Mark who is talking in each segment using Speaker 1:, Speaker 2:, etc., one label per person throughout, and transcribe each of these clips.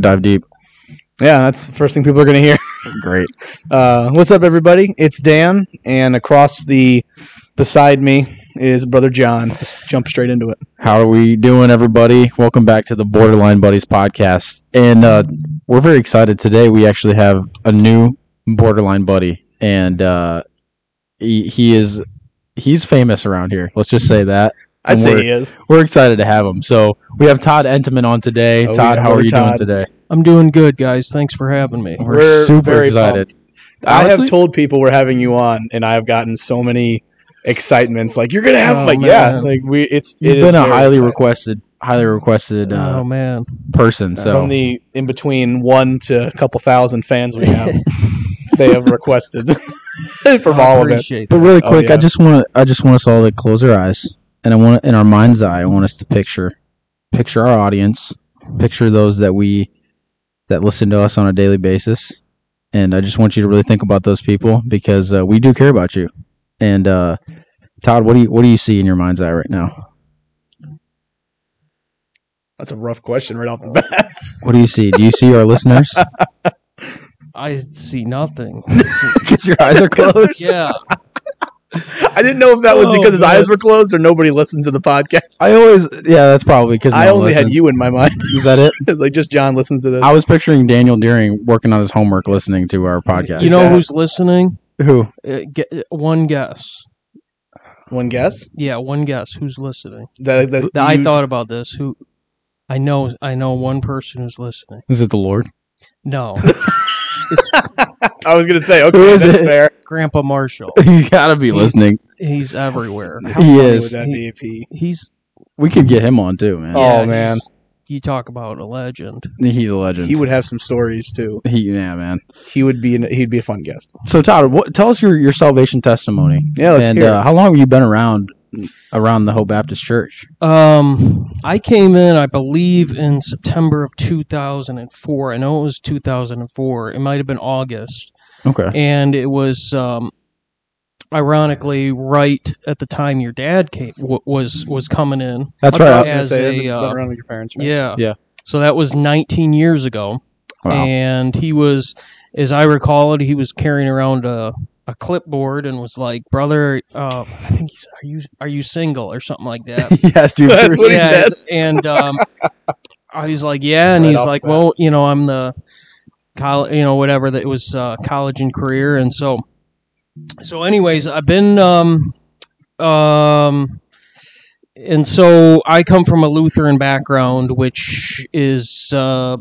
Speaker 1: Dive deep.
Speaker 2: Yeah, that's the first thing people are going to hear.
Speaker 1: Great.
Speaker 2: Uh, what's up, everybody? It's Dan, and across the beside me is brother John. Just jump straight into it.
Speaker 1: How are we doing, everybody? Welcome back to the Borderline Buddies podcast. And uh, we're very excited today. We actually have a new Borderline buddy, and uh, he, he is he's famous around here. Let's just say that.
Speaker 2: I'd
Speaker 1: And
Speaker 2: say
Speaker 1: we're-
Speaker 2: he is.
Speaker 1: We're excited to have him. So we have Todd Entman on today.
Speaker 2: Oh,
Speaker 1: Todd, how
Speaker 2: yeah,
Speaker 1: are
Speaker 2: brother
Speaker 1: you
Speaker 2: Todd.
Speaker 1: doing today?
Speaker 3: I'm doing good, guys. Thanks for having me.
Speaker 1: We're,
Speaker 2: We're
Speaker 1: super
Speaker 2: very
Speaker 1: excited.
Speaker 2: I have
Speaker 1: Honestly-
Speaker 2: told people we're having you on, and I've gotten so many excitements. Like you're going to have,
Speaker 3: Oh,
Speaker 2: like yeah,
Speaker 3: man.
Speaker 2: like we. It's
Speaker 1: You've
Speaker 2: it is
Speaker 1: been a
Speaker 2: very
Speaker 1: highly
Speaker 2: exciting. Um,
Speaker 1: requested, highly requested uh,
Speaker 3: Oh man,
Speaker 1: person.
Speaker 2: from
Speaker 1: So
Speaker 2: the in between one to a couple thousand fans we have. they have requested from all of it.
Speaker 3: appreciate
Speaker 1: But really
Speaker 2: Oh,
Speaker 1: quick,
Speaker 2: yeah.
Speaker 1: I just want I just want us all to close our eyes, and I want in our mind's eye, I want us to picture picture our audience, picture those that we that listen to us on a daily basis, and I just want you to really think about those people because uh, we do care about you. And uh, Todd, what do you what do you see in your mind's eye right now?
Speaker 2: That's a rough question right off the bat.
Speaker 1: What do you see? Do you see our listeners?
Speaker 3: that. I see nothing.
Speaker 1: Because your eyes are closed.
Speaker 3: yeah,
Speaker 2: I didn't know if that was
Speaker 1: Oh,
Speaker 2: because his
Speaker 1: man.
Speaker 2: eyes were closed or nobody listens to the podcast.
Speaker 1: I always yeah, that's probably because
Speaker 2: I only had you in my mind.
Speaker 1: Is that it?
Speaker 2: it's like just John listens to this.
Speaker 1: I was picturing Daniel Deering working on his homework, listening to our podcast.
Speaker 3: you know
Speaker 2: Yeah.
Speaker 3: who's listening?
Speaker 1: who?
Speaker 3: Uh, get, one guess.
Speaker 2: One guess
Speaker 3: Yeah, one guess. Who's listening?
Speaker 2: that, that
Speaker 3: I
Speaker 2: you-
Speaker 3: thought about this. Who? I know. I know one person who's listening.
Speaker 1: Is it the Lord?
Speaker 3: No,
Speaker 2: I was gonna say. Okay,
Speaker 1: Who is
Speaker 2: that's
Speaker 1: it?
Speaker 2: fair.
Speaker 3: Grandpa Marshall.
Speaker 1: He's got to be
Speaker 3: He's-
Speaker 1: listening.
Speaker 3: He's everywhere.
Speaker 1: he
Speaker 2: Funny
Speaker 1: is.
Speaker 2: Would that be if he?
Speaker 3: He's.
Speaker 1: We could get him on too, man.
Speaker 2: Oh,
Speaker 3: yeah,
Speaker 2: man.
Speaker 3: he's- You talk about a legend.
Speaker 1: He's a legend.
Speaker 2: He would have some stories too.
Speaker 1: He- yeah, man.
Speaker 2: He would be. An, he'd be a fun guest.
Speaker 1: So Todd, what, tell us your, your salvation testimony.
Speaker 2: Yeah, let's
Speaker 1: and
Speaker 2: hear.
Speaker 1: Uh, how long have you been around around the Hope Baptist Church?
Speaker 3: Um, I came in, I believe, in September of 2004. I know it was 2004. It might have been August,
Speaker 1: Okay.
Speaker 2: Eh.
Speaker 3: and it was um, ironically right at the time your dad came w- was was coming in.
Speaker 1: That's
Speaker 2: I
Speaker 1: right.
Speaker 2: was gonna
Speaker 3: As
Speaker 2: say.
Speaker 3: a,
Speaker 2: been
Speaker 3: uh,
Speaker 2: around with your parents. Right?
Speaker 3: Yeah,
Speaker 1: Yeah.
Speaker 3: So that was 19 years ago,
Speaker 1: Wow.
Speaker 3: and he was, as I recall it, he was carrying around a. A clipboard and was like, "Brother, uh, I think he's are you are you single or something like that?"
Speaker 1: yes, dude.
Speaker 2: That's what he
Speaker 3: yeah,
Speaker 2: said.
Speaker 3: it's- and um, I was like, yeah, and
Speaker 2: Right
Speaker 3: he's
Speaker 2: off
Speaker 3: like,
Speaker 2: the bat.
Speaker 3: well, you know, I'm the college, you know, whatever that it was uh, college and career, and so, so, anyways, I've been, um, um, and so I come from a Lutheran background, which is, uh,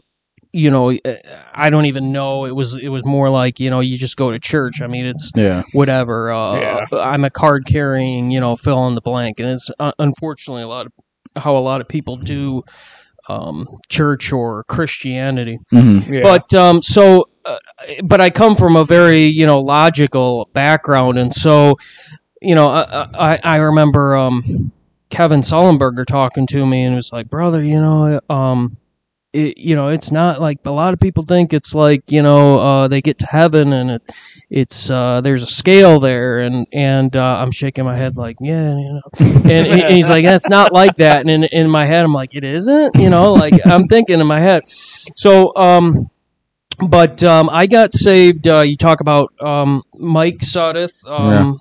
Speaker 3: you know, I don't even know. It was, it was more like, you know, you just go to church. I mean, it's
Speaker 1: yeah.
Speaker 3: whatever. Uh,
Speaker 2: Yeah.
Speaker 3: I'm a card carrying, you know, fill in the blank, and it's uh, unfortunately a lot of how a lot of people do um, church or Christianity.
Speaker 1: hmm
Speaker 2: Yeah.
Speaker 3: But um, so, uh, but I come from a very you know logical background, and so you know I I, I remember um, Kevin Sullenberger talking to me, and it was like, brother, you know, um, it, you know, it's not like a lot of people think it's like you know uh, they get to heaven and it, it's uh, there's a scale there, and and uh, I'm shaking my head like, yeah, you know and, and he's like, "That's not like that." And in, in my head, I'm like, "It isn't," you know. Like I'm thinking in my head. So, um, but um, I got saved. Uh, you talk about um, Mike Sudeth. Um,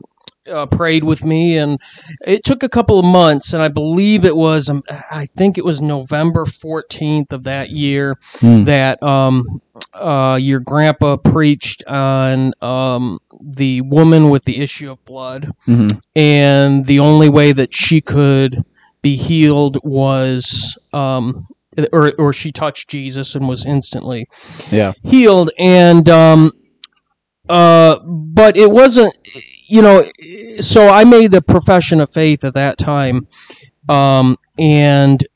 Speaker 3: Uh, prayed with me, and it took a couple of months, and I believe it was, um, I think it was November fourteenth of that year
Speaker 1: Mm.
Speaker 3: that um, uh, your grandpa preached on um, the woman with the issue of blood,
Speaker 1: hmm
Speaker 3: and the only way that she could be healed was um or or she touched Jesus and was instantly
Speaker 1: Yeah.
Speaker 3: healed and um uh but it wasn't you know so I made the profession of faith at that time um and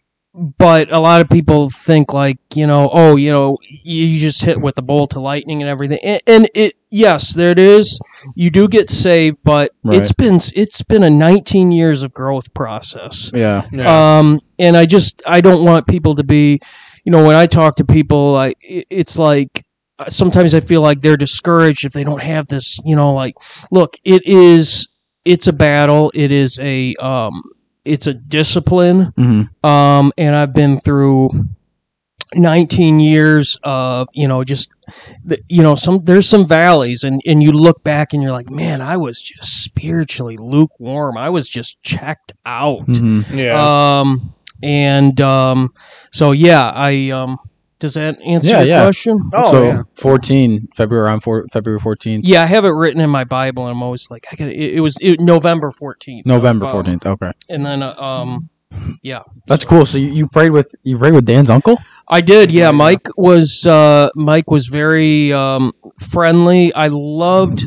Speaker 3: but a lot of people think like you know oh you know you just hit with the bolt of lightning and everything and, and it yes there it is you do get saved but
Speaker 1: Right.
Speaker 3: it's been it's been a 19 years of growth process
Speaker 1: Yeah.
Speaker 2: Yeah.
Speaker 3: um, and I just I don't want people to be, you know, when I talk to people, I it- it's like uh, sometimes I feel like they're discouraged if they don't have this, you know, like look, it is it's a battle, it is a um, it's a discipline,
Speaker 1: hmm
Speaker 3: um, and I've been through 19 years of you know just the- you know some there's some valleys and and you look back and you're like man i was just spiritually lukewarm i was just checked
Speaker 2: Oh,
Speaker 3: out
Speaker 1: Mhm.
Speaker 2: Yeah.
Speaker 3: um and um so yeah i um does that answer
Speaker 1: Yeah,
Speaker 3: your
Speaker 1: yeah.
Speaker 3: question
Speaker 2: oh
Speaker 1: so
Speaker 2: yeah.
Speaker 1: 14 February around four, February 14th,
Speaker 3: yeah i have it written in my bible and i'm always like i got it, it was it, november 14th
Speaker 1: November
Speaker 3: Um,
Speaker 1: 14th. Okay,
Speaker 3: and then uh, um
Speaker 1: that's cool. So you, you prayed with you prayed with Dan's uncle.
Speaker 3: I did, yeah.
Speaker 2: Yeah.
Speaker 3: Mike was uh, Mike was very um, friendly. I loved.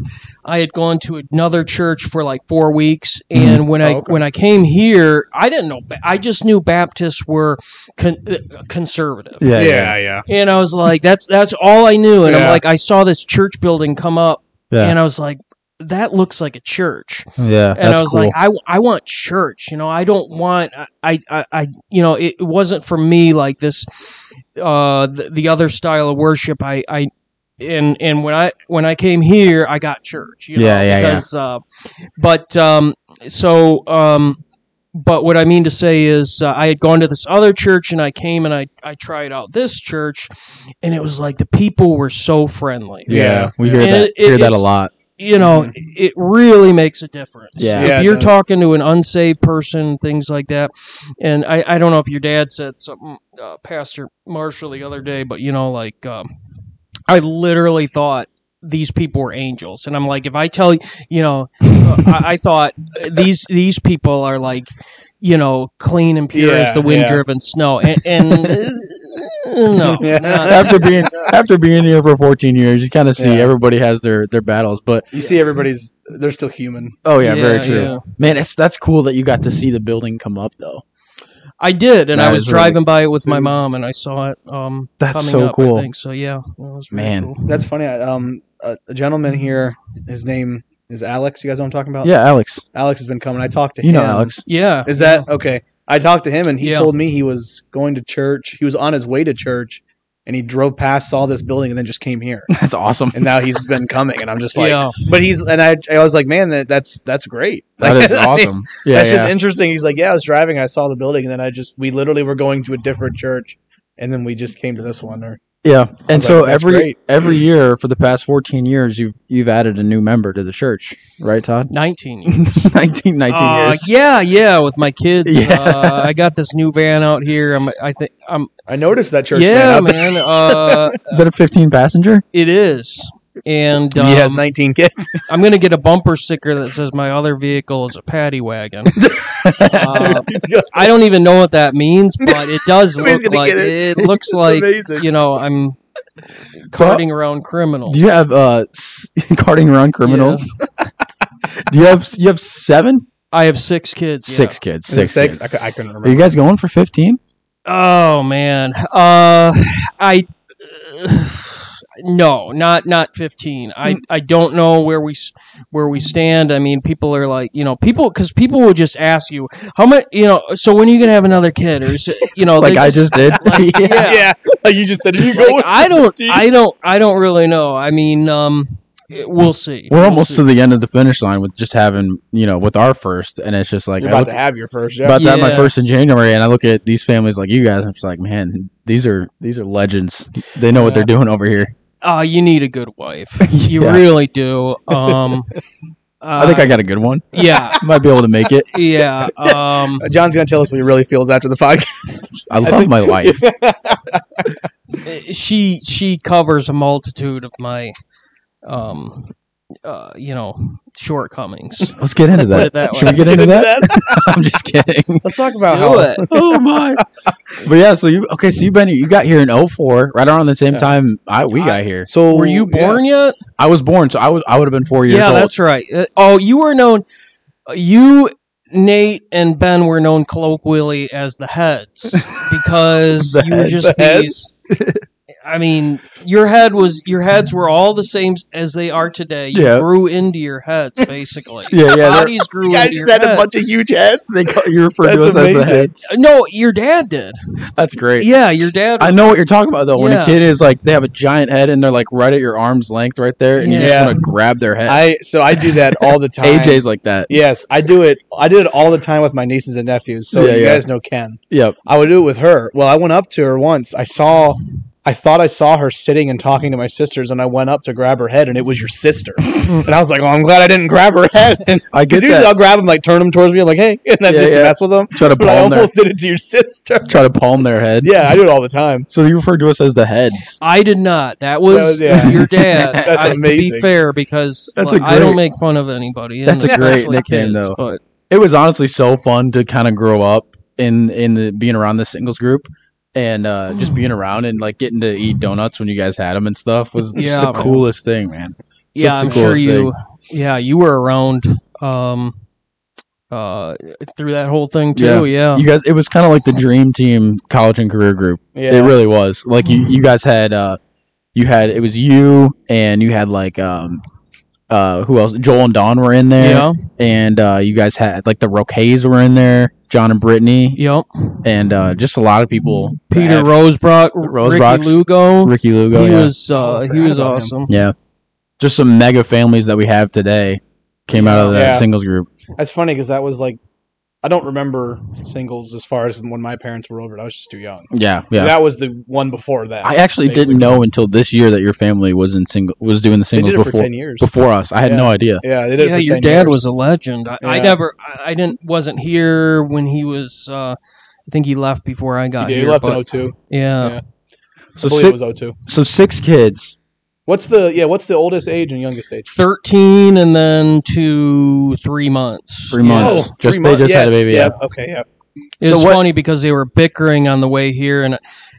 Speaker 3: I had gone to another church for like four weeks, and when I
Speaker 2: Oh, okay.
Speaker 3: when I came here, I didn't know. Ba- I just knew Baptists were con- uh, conservative,
Speaker 2: yeah. Yeah. Yeah.
Speaker 3: and I was like, "That's that's all I knew." And I'm
Speaker 2: Yeah.
Speaker 3: like, I saw this church building come up,
Speaker 1: Yeah.
Speaker 3: and I was like, "That looks like a church."
Speaker 1: Yeah,
Speaker 3: and
Speaker 1: that's
Speaker 3: I was
Speaker 1: cool.
Speaker 3: like, I, I want church, you know, I don't want, I, I, I you know, it, it wasn't for me like this, uh, the, the other style of worship. I, I, and, and when I, when I came here, I got church, you know,
Speaker 1: Yeah, yeah, yeah.
Speaker 3: because, uh, but, um, so, um, but what I mean to say is, uh, I had gone to this other church and I came and I, I tried out this church, and it was like the people were so friendly.
Speaker 1: yeah,
Speaker 2: Yeah.
Speaker 1: we hear
Speaker 3: And
Speaker 1: that
Speaker 3: it- it-
Speaker 1: hear that a
Speaker 3: it's-
Speaker 1: lot.
Speaker 3: You know,
Speaker 2: Mhm.
Speaker 3: it really makes a difference
Speaker 1: Mm-hmm. Yeah.
Speaker 2: Yeah,
Speaker 3: if you're
Speaker 2: the-
Speaker 3: talking to an unsaved person, things like that, and I, I don't know if your dad said something, uh, Pastor Marshall, the other day, but you know, like um, I literally thought these people were angels, and I'm like, if I tell you, you know, uh, I, I thought these these people are like, you know, clean and pure as
Speaker 2: Yeah,
Speaker 3: the wind driven snow, and, and uh, no,
Speaker 2: Yeah.
Speaker 3: not-
Speaker 1: after being after being here for 14 years, you kind of see
Speaker 2: Yeah.
Speaker 1: everybody has their their battles, but
Speaker 2: You see, everybody's they're still human.
Speaker 1: oh yeah, very
Speaker 3: Yeah,
Speaker 1: true.
Speaker 3: yeah.
Speaker 1: Man, it's that's cool that you got to see the building come up though.
Speaker 3: I did, and
Speaker 1: That
Speaker 3: I was
Speaker 1: is really-
Speaker 3: driving by it with my
Speaker 2: It was-
Speaker 3: mom, and I saw it. Um,
Speaker 1: That's
Speaker 3: coming
Speaker 1: so
Speaker 3: up,
Speaker 1: cool.
Speaker 3: I think. So yeah, that was really
Speaker 1: Man.
Speaker 3: cool.
Speaker 2: That's funny. I, um, a, a gentleman here, his name is Alex. You guys know what I'm talking about?
Speaker 1: Yeah, Alex,
Speaker 2: Alex has been coming. I talked to
Speaker 1: you
Speaker 2: him.
Speaker 1: know Alex.
Speaker 3: Yeah,
Speaker 2: Is
Speaker 3: yeah.
Speaker 2: that okay? I talked to him and he
Speaker 3: Yeah.
Speaker 2: told me he was going to church. He was on his way to church and he drove past, saw this building, and then just came here.
Speaker 1: That's awesome.
Speaker 2: And now he's been coming. And I'm just like,
Speaker 3: yeah,
Speaker 2: but he's, and I, I was like, man, that, that's, that's great.
Speaker 1: That
Speaker 2: Like,
Speaker 1: is
Speaker 2: I mean,
Speaker 1: awesome. Yeah,
Speaker 2: that's
Speaker 1: yeah.
Speaker 2: just interesting. He's like, yeah, I was driving, I saw the building, and then I just, we literally were going to a different church. And then we just came to this one. Or,
Speaker 1: yeah. And
Speaker 2: like,
Speaker 1: so
Speaker 2: that's
Speaker 1: every
Speaker 2: great.
Speaker 1: every year for the past 14 years, you've you've added a new member to the church, right, Todd?
Speaker 3: nineteen.
Speaker 1: 19, 19
Speaker 3: Uh,
Speaker 1: years.
Speaker 3: Yeah, yeah, with my kids.
Speaker 1: Yeah.
Speaker 3: Uh, I got this new van out here. I'm, I think I'm.
Speaker 2: I noticed that church. man,
Speaker 3: yeah,
Speaker 2: out there.
Speaker 3: man. Uh,
Speaker 1: Is that a 15 passenger?
Speaker 3: it is, and
Speaker 2: He has
Speaker 3: um,
Speaker 2: 19 kids.
Speaker 3: I'm gonna get a bumper sticker that says my other vehicle is a paddy wagon. Uh, I don't even know what that means, but it does
Speaker 2: Somebody's
Speaker 3: look
Speaker 2: gonna
Speaker 3: like
Speaker 2: get it.
Speaker 3: it. looks
Speaker 2: It's
Speaker 3: like
Speaker 2: amazing.
Speaker 3: you know I'm carting around criminals.
Speaker 1: Do you have uh s- carting around criminals? Do you have you have seven?
Speaker 3: I have six kids. yeah.
Speaker 1: Six kids.
Speaker 2: Is it
Speaker 1: Six.
Speaker 2: six? I,
Speaker 1: Kids.
Speaker 2: cou- I couldn't
Speaker 1: Are you
Speaker 2: remember.
Speaker 1: guys going for 15?
Speaker 3: Oh man. Uh I no, not not 15.
Speaker 1: Hmm.
Speaker 3: I I don't know where we s- where we stand. I mean, people are like, you know, people cuz people will just ask you, how much, you know, so when are you going to have another kid or is it- you know,
Speaker 1: like
Speaker 3: they
Speaker 1: I just did. yeah.
Speaker 3: yeah.
Speaker 2: yeah. Like you just said, are you
Speaker 3: Like,
Speaker 2: going?
Speaker 3: I don't
Speaker 2: Dude.
Speaker 3: I don't I don't really know. I mean, um we'll see.
Speaker 1: We're
Speaker 3: We'll
Speaker 1: almost
Speaker 3: see.
Speaker 1: to the end of the finish line with just having, you know, with our first, and it's just like
Speaker 2: You're
Speaker 1: I
Speaker 2: about
Speaker 1: look-
Speaker 2: to have your first. Yeah.
Speaker 1: about to have my
Speaker 3: Yeah.
Speaker 1: first in January, and I look at these families like you guys, and I'm just like, man, these are these are legends. They know what
Speaker 3: Yeah.
Speaker 1: they're doing over here.
Speaker 3: uh you need a good wife. You
Speaker 1: Yeah.
Speaker 3: really do. Um uh,
Speaker 1: I think I got a good one.
Speaker 3: yeah,
Speaker 1: Might be able to make it.
Speaker 3: yeah. Um,
Speaker 2: Uh, John's gonna tell us what he really feels after the podcast.
Speaker 1: I love my life.
Speaker 3: she she covers a multitude of my um uh you know shortcomings
Speaker 1: Let's get into
Speaker 3: put
Speaker 1: that.
Speaker 3: it that
Speaker 1: Should we
Speaker 3: way
Speaker 1: get into that? I'm just kidding.
Speaker 2: Let's talk
Speaker 3: Do
Speaker 2: about how.
Speaker 3: it.
Speaker 1: Oh my. But yeah, so you okay? So you've been you got here in 04, right around the same
Speaker 2: Yeah.
Speaker 1: time I we
Speaker 3: I-
Speaker 1: got here.
Speaker 2: So
Speaker 3: were you
Speaker 2: yeah.
Speaker 3: born yet
Speaker 1: I was born, so I was I would have been four years
Speaker 3: yeah
Speaker 1: old.
Speaker 3: that's right Uh, oh you were known you nate and ben were known colloquially as the heads because
Speaker 2: The
Speaker 3: you were
Speaker 2: heads,
Speaker 3: just
Speaker 2: the heads.
Speaker 3: these I mean, your head was your heads were all the same as they are today. You
Speaker 2: Yeah.
Speaker 3: grew into your heads, basically.
Speaker 1: Yeah, yeah, they're-
Speaker 3: Bodies grew into your heads.
Speaker 1: of huge heads. They call, you refer to us
Speaker 2: That's
Speaker 1: as the
Speaker 2: amazing.
Speaker 1: heads.
Speaker 3: no, your dad did.
Speaker 1: That's great.
Speaker 3: Yeah, your dad.
Speaker 1: I know what you're talking about though. When
Speaker 3: Yeah.
Speaker 1: a kid is like, they have a giant head and they're like right at your arm's length, right there, and you
Speaker 2: Yeah.
Speaker 1: just want to grab their head.
Speaker 2: I so I do that all the time.
Speaker 1: AJ's like that.
Speaker 2: Yes, I do it. I did it all the time with my nieces and nephews. So
Speaker 1: Yeah,
Speaker 2: you
Speaker 1: yeah.
Speaker 2: guys know Ken.
Speaker 1: Yep.
Speaker 2: I would do it with her. Well, I went up to her once. I saw, I thought I saw her sitting and talking to my sisters, and I went up to grab her head, and it was your sister. and I was like, oh, I'm glad I didn't grab her head. And
Speaker 1: I get
Speaker 2: because usually
Speaker 1: that.
Speaker 2: I'll grab them, like turn them towards me. I'm like, hey, and that's
Speaker 1: Yeah,
Speaker 2: just
Speaker 1: yeah.
Speaker 2: to mess with them.
Speaker 1: Try to
Speaker 2: But I
Speaker 1: palm their
Speaker 2: almost did it to your sister.
Speaker 1: try to palm their head.
Speaker 2: Yeah, I do it all the time.
Speaker 1: So you refer to us as the heads.
Speaker 3: I did not. That
Speaker 2: That
Speaker 3: was
Speaker 2: was- yeah.
Speaker 3: your dad.
Speaker 2: That's
Speaker 3: I- To be
Speaker 2: amazing.
Speaker 3: fair, because
Speaker 1: That's
Speaker 3: look,
Speaker 1: a
Speaker 3: I don't
Speaker 1: great-
Speaker 3: make fun of anybody. and
Speaker 1: That's a great
Speaker 3: especially
Speaker 1: nickname,
Speaker 3: kids,
Speaker 1: though.
Speaker 3: But
Speaker 1: It was honestly so fun to kind of grow up in in the being around the singles group and uh, just
Speaker 3: Mm.
Speaker 1: being around and like getting to eat donuts when you guys had them and stuff was just
Speaker 3: Yeah,
Speaker 1: the
Speaker 3: man.
Speaker 1: coolest thing, man.
Speaker 3: yeah,
Speaker 1: Such
Speaker 3: I'm
Speaker 1: the
Speaker 3: sure
Speaker 1: coolest
Speaker 3: you. Yeah, you were around um, uh, through that whole thing too. Yeah,
Speaker 1: You guys, it was kind of like the dream team college and career group.
Speaker 2: Yeah.
Speaker 1: It really was. Like you, you guys had uh you had it was you and you had like um uh who else? Joel and Don were in there.
Speaker 3: yeah,
Speaker 1: And uh you guys had like the Roques were in there, John and Brittany,
Speaker 3: yep.
Speaker 1: and uh just a lot of people.
Speaker 3: Peter
Speaker 1: Uh,
Speaker 3: Rosebrock,
Speaker 1: Rosebrock's-
Speaker 3: Ricky Lugo.
Speaker 1: Ricky Lugo,
Speaker 3: he
Speaker 1: yeah.
Speaker 3: was
Speaker 2: Oh,
Speaker 3: uh,
Speaker 2: I
Speaker 3: he
Speaker 2: forgot
Speaker 3: was
Speaker 2: about him.
Speaker 3: awesome.
Speaker 1: yeah. Just some mega families that we have today came out of that
Speaker 2: Yeah.
Speaker 1: singles group.
Speaker 2: That's funny because that was like, I don't remember singles as far as when my parents were over. it. I was just too young.
Speaker 1: Yeah, yeah.
Speaker 2: That was the one before that.
Speaker 1: I actually
Speaker 2: basically.
Speaker 1: didn't know until this year that your family was in single was doing the
Speaker 2: They
Speaker 1: singles
Speaker 2: did it for
Speaker 1: before
Speaker 2: ten years.
Speaker 1: before us. I had
Speaker 2: Yeah.
Speaker 1: no idea.
Speaker 2: Yeah, they did it
Speaker 3: Yeah,
Speaker 2: for
Speaker 3: your
Speaker 2: 10
Speaker 3: dad
Speaker 2: years.
Speaker 3: was a legend. I, I
Speaker 2: Yeah.
Speaker 3: never, I- I didn't, wasn't here when he was. Uh, I think he left before I got
Speaker 2: He did.
Speaker 3: here.
Speaker 2: He left
Speaker 3: but,
Speaker 2: in 02.
Speaker 3: yeah.
Speaker 2: Yeah.
Speaker 1: So
Speaker 2: I believe
Speaker 1: six,
Speaker 2: it was 02.
Speaker 1: so six kids
Speaker 2: What's the yeah? What's the oldest age and youngest age?
Speaker 3: 13 and then to three months.
Speaker 1: Three months.
Speaker 2: Oh,
Speaker 1: Just-
Speaker 2: three
Speaker 1: they
Speaker 2: months.
Speaker 1: just had a
Speaker 2: Yes,
Speaker 1: baby,
Speaker 2: Yeah. Okay. Yeah.
Speaker 3: It
Speaker 1: So
Speaker 3: was
Speaker 1: what-
Speaker 3: funny because they were bickering on the way here, and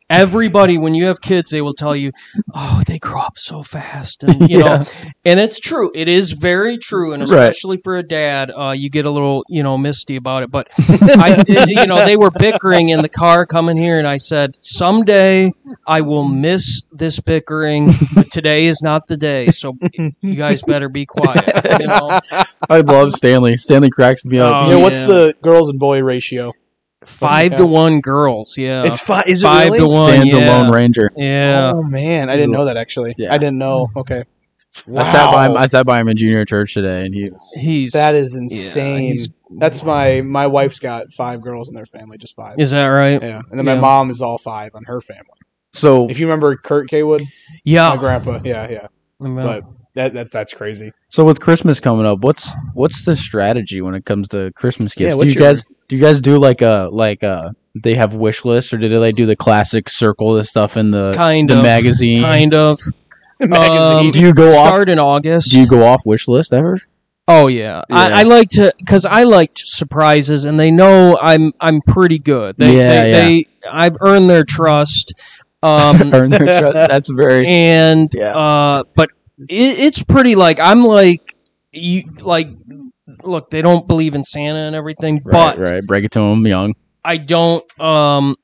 Speaker 3: everybody, when you have kids, they will tell you, "Oh, they grow up so fast," and you
Speaker 1: Yeah.
Speaker 3: know, and it's true. It is very true, and
Speaker 1: Right.
Speaker 3: especially for a dad, uh, you get a little, you know, misty about it. But I, you know, they were bickering in the car coming here, and I said, "Someday I will miss this bickering, but today is not the day. So you guys better be quiet." You know,
Speaker 1: I love Stanley. Stanley cracks me up.
Speaker 3: Oh,
Speaker 2: yeah. What's
Speaker 3: yeah.
Speaker 2: the girls and boy ratio?
Speaker 3: five to one girls. Yeah,
Speaker 2: It's five. Is it
Speaker 3: five
Speaker 2: really?
Speaker 3: to one.
Speaker 1: Stands
Speaker 3: yeah.
Speaker 1: a lone ranger.
Speaker 3: Yeah.
Speaker 2: Oh man, I didn't know that actually.
Speaker 1: Yeah.
Speaker 2: I didn't know. Okay.
Speaker 1: I sat by him. I sat by him in junior church today, and he was
Speaker 3: He's
Speaker 2: Oh, that is
Speaker 3: yeah,
Speaker 2: insane.
Speaker 3: he's-
Speaker 2: That's my my wife's got five girls in their family, just five.
Speaker 3: is that right?
Speaker 2: yeah, and then
Speaker 3: Yeah.
Speaker 2: my mom is all five on her family.
Speaker 1: so.
Speaker 2: If you remember Kurt Kaywood, my
Speaker 3: Yeah,
Speaker 2: grandpa. Yeah, yeah.
Speaker 3: yeah.
Speaker 2: But that that's that's crazy.
Speaker 1: So with Christmas coming up, what's what's the strategy when it comes to Christmas
Speaker 2: Yeah,
Speaker 1: gifts? do
Speaker 2: what's
Speaker 1: you
Speaker 2: your-
Speaker 1: guys do you guys do like a like a they have wish lists or do they do the classic circle the stuff in the
Speaker 3: kind
Speaker 1: the
Speaker 3: of,
Speaker 1: magazine?
Speaker 3: kind of. Um,
Speaker 2: Magazine.
Speaker 1: do you go off?
Speaker 3: Start in August.
Speaker 1: Do you go off wish list ever?
Speaker 3: oh yeah,
Speaker 1: Yeah.
Speaker 3: I, I like to because I like surprises, and they know I'm I'm pretty good. They,
Speaker 1: Yeah,
Speaker 3: they,
Speaker 1: yeah.
Speaker 3: they I've earned their trust. Um,
Speaker 1: Earn their trust? That's very
Speaker 3: and
Speaker 1: Yeah.
Speaker 3: uh, but it, it's pretty like I'm like you like look they don't believe in Santa and everything, but
Speaker 1: right, right. Break it to them young.
Speaker 3: I don't um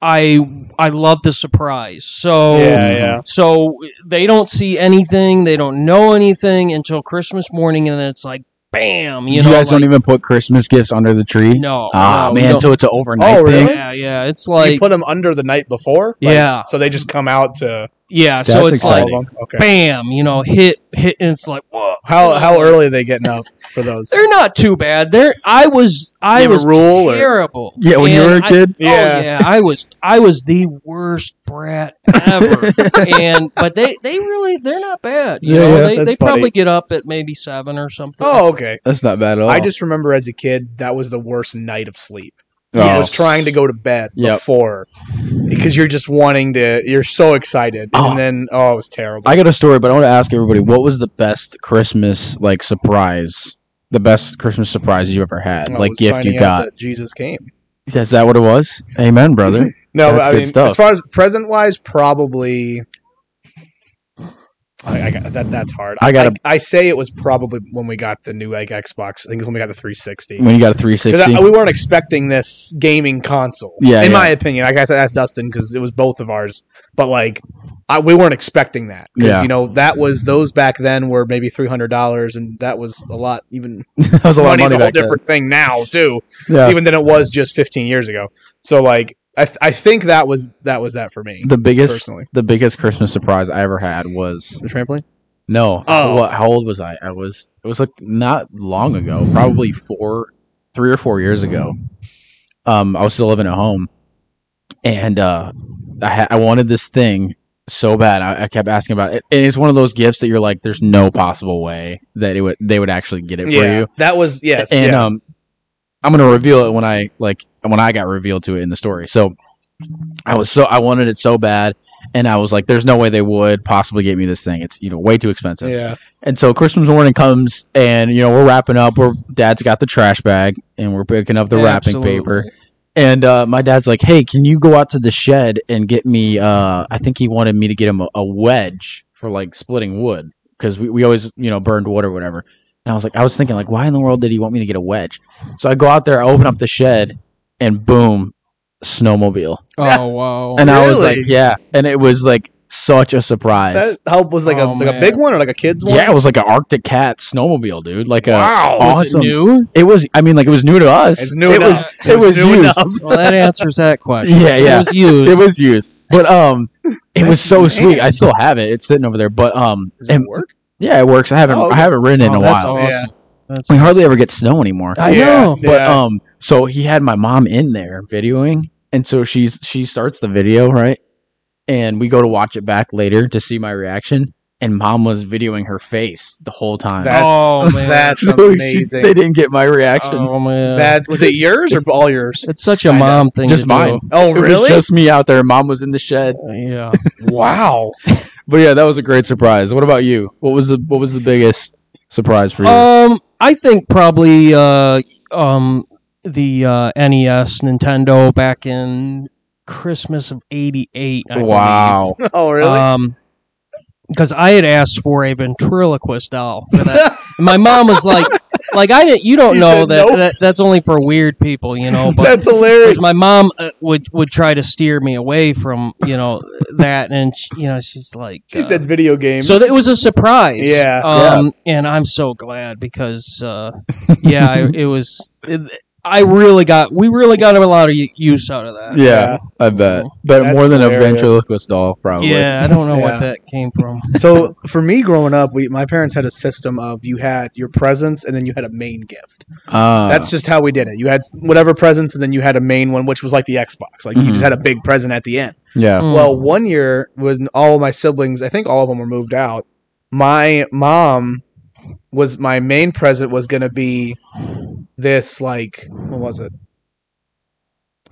Speaker 3: I I love the surprise. So
Speaker 2: yeah, yeah.
Speaker 3: so they don't see anything, they don't know anything until Christmas morning and then it's like bam, you,
Speaker 1: You,
Speaker 3: know
Speaker 1: guys
Speaker 3: like,
Speaker 1: don't even put Christmas gifts under the tree.
Speaker 3: No.
Speaker 1: ah
Speaker 3: no, we
Speaker 1: man,
Speaker 3: don't-
Speaker 1: so it's an overnight
Speaker 2: Oh,
Speaker 1: thing.
Speaker 2: really?
Speaker 3: yeah, yeah, it's like
Speaker 2: you put them under the night before. Like,
Speaker 3: Yeah.
Speaker 2: So they just come out to
Speaker 3: yeah, so
Speaker 1: That's
Speaker 3: it's
Speaker 2: all
Speaker 1: Exciting.
Speaker 2: of
Speaker 3: like
Speaker 2: them. Okay.
Speaker 3: bam, you know, hit hit and it's like whoa.
Speaker 2: How how early are they getting up for those?
Speaker 3: They're not too bad. They're I was I
Speaker 2: You have a
Speaker 3: was
Speaker 2: rule or-
Speaker 3: terrible.
Speaker 1: Yeah, when you
Speaker 3: And
Speaker 1: were a
Speaker 3: I-
Speaker 1: kid.
Speaker 3: Oh yeah, I was I was the worst brat ever. and but they they really they're not bad. You
Speaker 1: Yeah,
Speaker 3: know,
Speaker 1: yeah,
Speaker 3: they
Speaker 2: that's
Speaker 3: they
Speaker 2: funny.
Speaker 3: probably get up at maybe seven or something.
Speaker 2: Oh, okay.
Speaker 1: That's not bad at all.
Speaker 2: I just remember as a kid that was the worst night of sleep. I
Speaker 1: Oh.
Speaker 2: was trying to go to bed
Speaker 1: Yep.
Speaker 2: before because you're just wanting to. You're so excited,
Speaker 1: Oh.
Speaker 2: and then oh, it was terrible.
Speaker 1: I got a story, but I want to ask everybody: What was the best Christmas like surprise? The best Christmas surprise you ever had,
Speaker 2: I
Speaker 1: like
Speaker 2: was
Speaker 1: gift you
Speaker 2: finding out
Speaker 1: got?
Speaker 2: that Jesus came.
Speaker 1: Is that what it was? Amen, brother.
Speaker 2: No,
Speaker 1: That's
Speaker 2: but I
Speaker 1: good
Speaker 2: mean,
Speaker 1: stuff.
Speaker 2: as far as present wise, probably. I, I got, that that's hard.
Speaker 1: I gotta-
Speaker 2: I, I say it was probably when we got the new like Xbox. I think it's when we got the 360.
Speaker 1: When you got a
Speaker 2: 'Cause
Speaker 1: 360,
Speaker 2: I- we weren't expecting this gaming console.
Speaker 1: Yeah,
Speaker 2: in
Speaker 1: yeah.
Speaker 2: my opinion, I got to ask Dustin because it was both of ours. But like, I, we weren't expecting that because
Speaker 1: Yeah.
Speaker 2: you know that was those back then were maybe three hundred dollars, and that was a lot. Even
Speaker 1: that was a lot of money
Speaker 2: money's a whole
Speaker 1: back then.
Speaker 2: different thing now too,
Speaker 1: Yeah.
Speaker 2: even than it was just fifteen years ago. So like, I th- I think that was that was that for me
Speaker 1: the biggest
Speaker 2: personally.
Speaker 1: the biggest Christmas surprise I ever had was
Speaker 2: The trampoline.
Speaker 1: no.
Speaker 2: Oh.
Speaker 1: What, how old was I? I was it was like not long ago, probably four, three or four years ago. Um, I was still living at home, and uh, I ha- I wanted this thing so bad. I, I kept asking about it, and it's one of those gifts that you're like, there's no possible way that it would they would actually get it for
Speaker 2: Yeah,
Speaker 1: you.
Speaker 2: that was yes.
Speaker 1: and
Speaker 2: yeah.
Speaker 1: um, I'm gonna reveal it when I like when I got revealed to it in the story. So I was so I wanted it so bad, and I was like, "There's no way they would possibly get me this thing. It's you know way too expensive."
Speaker 2: yeah,
Speaker 1: And so Christmas morning comes, and you know we're wrapping up. We're dad's got the trash bag, and we're picking up the wrapping paper. And uh, my dad's like, "Hey, can you go out to the shed and get me?" Uh, I think he wanted me to get him a, a wedge for like splitting wood because we, we always you know burned wood or whatever. And I was like, I was thinking like, why in the world did he want me to get a wedge? So I go out there, I open up the shed, and boom, snowmobile.
Speaker 3: Oh wow!
Speaker 1: And I was like,
Speaker 2: really?
Speaker 1: yeah, and it was like such a surprise.
Speaker 2: that help was like a
Speaker 3: Oh,
Speaker 2: like a
Speaker 3: man.
Speaker 2: big one or like a kids one.
Speaker 1: yeah, it was like an Arctic Cat snowmobile, dude. Like a
Speaker 2: Wow.
Speaker 3: Was
Speaker 1: awesome.
Speaker 3: it new?
Speaker 1: It was. I mean, like it was new to us.
Speaker 2: It's new
Speaker 1: It
Speaker 2: enough.
Speaker 1: was. It was
Speaker 2: new
Speaker 1: used.
Speaker 2: enough.
Speaker 3: Well, that answers that question.
Speaker 1: Yeah, yeah.
Speaker 3: It was used.
Speaker 1: It was used, but um, it was so
Speaker 2: Man.
Speaker 1: sweet. I still have it. It's sitting over there, but um,
Speaker 2: Does it
Speaker 1: and-
Speaker 2: work?
Speaker 1: yeah, it works. I haven't
Speaker 2: Oh, okay.
Speaker 1: I haven't ridden it in
Speaker 3: Oh,
Speaker 1: a
Speaker 3: that's
Speaker 1: while.
Speaker 3: awesome.
Speaker 2: Yeah.
Speaker 3: That's
Speaker 1: We hardly ever get snow anymore.
Speaker 3: I
Speaker 2: Yeah,
Speaker 3: know.
Speaker 1: But
Speaker 2: yeah.
Speaker 1: um, so he had my mom in there videoing, and so she's she starts the video right, and we go to watch it back later to see my reaction, and mom was videoing her face the whole time.
Speaker 2: That's
Speaker 3: Oh, man.
Speaker 2: that's
Speaker 1: So she-
Speaker 2: amazing.
Speaker 1: they didn't get my reaction.
Speaker 3: Oh man,
Speaker 2: that was it yours or all yours?
Speaker 3: it's such a
Speaker 2: I know.
Speaker 3: mom thing.
Speaker 1: Just
Speaker 3: to
Speaker 1: mine.
Speaker 2: Oh
Speaker 1: It was
Speaker 2: really?
Speaker 1: just me out there. Mom was in the shed.
Speaker 3: Do. Yeah.
Speaker 2: wow.
Speaker 1: But yeah, that was a great surprise. What about you? What was the what was the biggest surprise for you?
Speaker 2: Oh,
Speaker 3: Um, I think probably uh um the uh, NES Nintendo back in Christmas of '88.
Speaker 1: wow.
Speaker 2: Oh really?
Speaker 3: Um, because I had asked for a ventriloquist doll. For that. My mom was like, like I didn't. You don't
Speaker 2: You
Speaker 3: know
Speaker 2: said
Speaker 3: that,
Speaker 2: nope.
Speaker 3: that that's only for weird people, you know. But
Speaker 2: That's hilarious.
Speaker 3: because my mom uh, would would try to steer me away from you know that, and she, you know she's like
Speaker 2: She
Speaker 3: uh,
Speaker 2: said video games.
Speaker 3: so that it was a surprise.
Speaker 2: Yeah.
Speaker 3: Um, and I'm so glad because, uh, yeah, I, it was. It, I really got. We really got a lot of u- use out of that.
Speaker 1: yeah, I bet. But
Speaker 2: That's
Speaker 1: more than a
Speaker 2: hilarious.
Speaker 1: ventriloquist doll, probably.
Speaker 3: Yeah, I don't know
Speaker 2: Yeah.
Speaker 3: what that came from.
Speaker 2: so for me growing up, we my parents had a system of you had your presents and then you had a main gift.
Speaker 1: Ah.
Speaker 2: That's just how we did it. You had whatever presents and then you had a main one, which was like the Xbox. Like
Speaker 1: Mhm.
Speaker 2: you just had a big present at the end.
Speaker 1: yeah.
Speaker 3: Mm.
Speaker 2: Well, one year when all of my siblings, I think all of them were moved out, my mom was my main present was going to be this like what was it?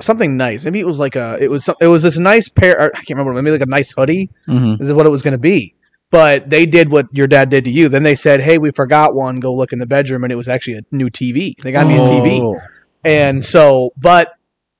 Speaker 2: Something nice. Maybe it was like a it was some, it was this nice pair. Or I can't remember. Maybe like a nice hoodie
Speaker 1: hmm
Speaker 2: this is what it was going to be. But they did what your dad did to you. Then they said, "Hey, we forgot one. Go look in the bedroom." And it was actually a new TV. They got me a TV.
Speaker 1: Oh.
Speaker 2: And so, but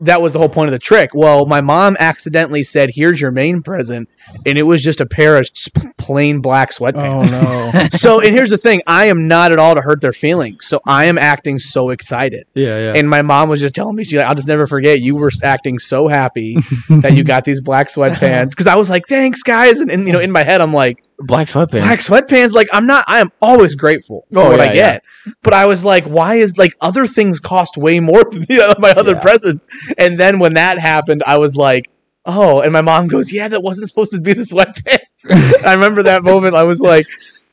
Speaker 2: that was the whole point of the trick. Well, my mom accidentally said, "Here's your main present," and it was just a pair of s- plain black
Speaker 3: oh
Speaker 2: sweatpants.
Speaker 3: no.
Speaker 2: So, and here's the thing: I am not at all to hurt their feelings. So, I am acting so excited.
Speaker 1: Yeah, yeah.
Speaker 2: And my mom was just telling me, she's like, I'll just never forget. You were acting so happy that you got these black sweatpants. Cause I was like, thanks, guys. And, and, you know, in my head, I'm like,
Speaker 1: Black sweatpants.
Speaker 2: black sweatpants. Like, I'm not, I am always grateful for
Speaker 1: Oh,
Speaker 2: what
Speaker 1: yeah,
Speaker 2: I get. But I was like, why is like other things cost way more than the other- my other
Speaker 1: Yeah.
Speaker 2: presents? And then when that happened, I was like, oh. And my mom goes, yeah, that wasn't supposed to be the sweatpants. I remember that moment. I was like,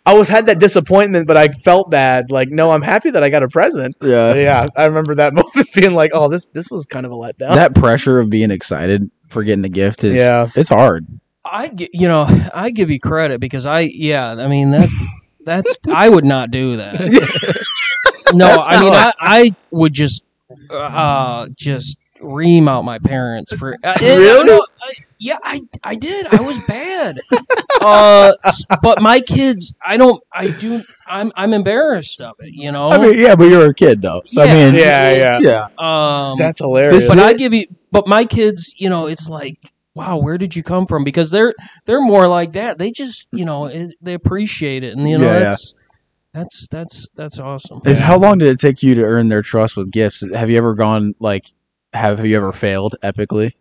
Speaker 2: I was had that disappointment, but I felt bad. Like, no, I'm happy that I got a present. Uh,
Speaker 1: yeah.
Speaker 2: Yeah, I remember that moment being like, "Oh, this this was kind of a letdown."
Speaker 1: That pressure of being excited for getting a gift is
Speaker 2: yeah,
Speaker 1: it's hard.
Speaker 3: I gi- you know I give you credit because I yeah I mean that that's I would not do that. no,
Speaker 2: That's
Speaker 3: I mean I,
Speaker 2: not-
Speaker 3: I would just uh just ream out my parents for uh, and-
Speaker 2: Really?
Speaker 3: no, I- yeah, I I did. I was bad. uh, s- but my kids, I don't. I do. I'm I'm embarrassed of it. You know.
Speaker 1: I mean, yeah, but you're a kid though. So I mean,
Speaker 2: Oh. Yeah,
Speaker 3: it's-
Speaker 1: yeah.
Speaker 3: Um,
Speaker 2: that's hilarious.
Speaker 3: but I give you. But my kids, you know, it's like wow, where did you come from? Because they're they're more like that. They just you know it, they appreciate it, and you know
Speaker 1: Yeah, yeah.
Speaker 3: that's that's that's that's awesome.
Speaker 1: Is how long did it take you to earn their trust with gifts? Have you ever gone like have you ever failed epically?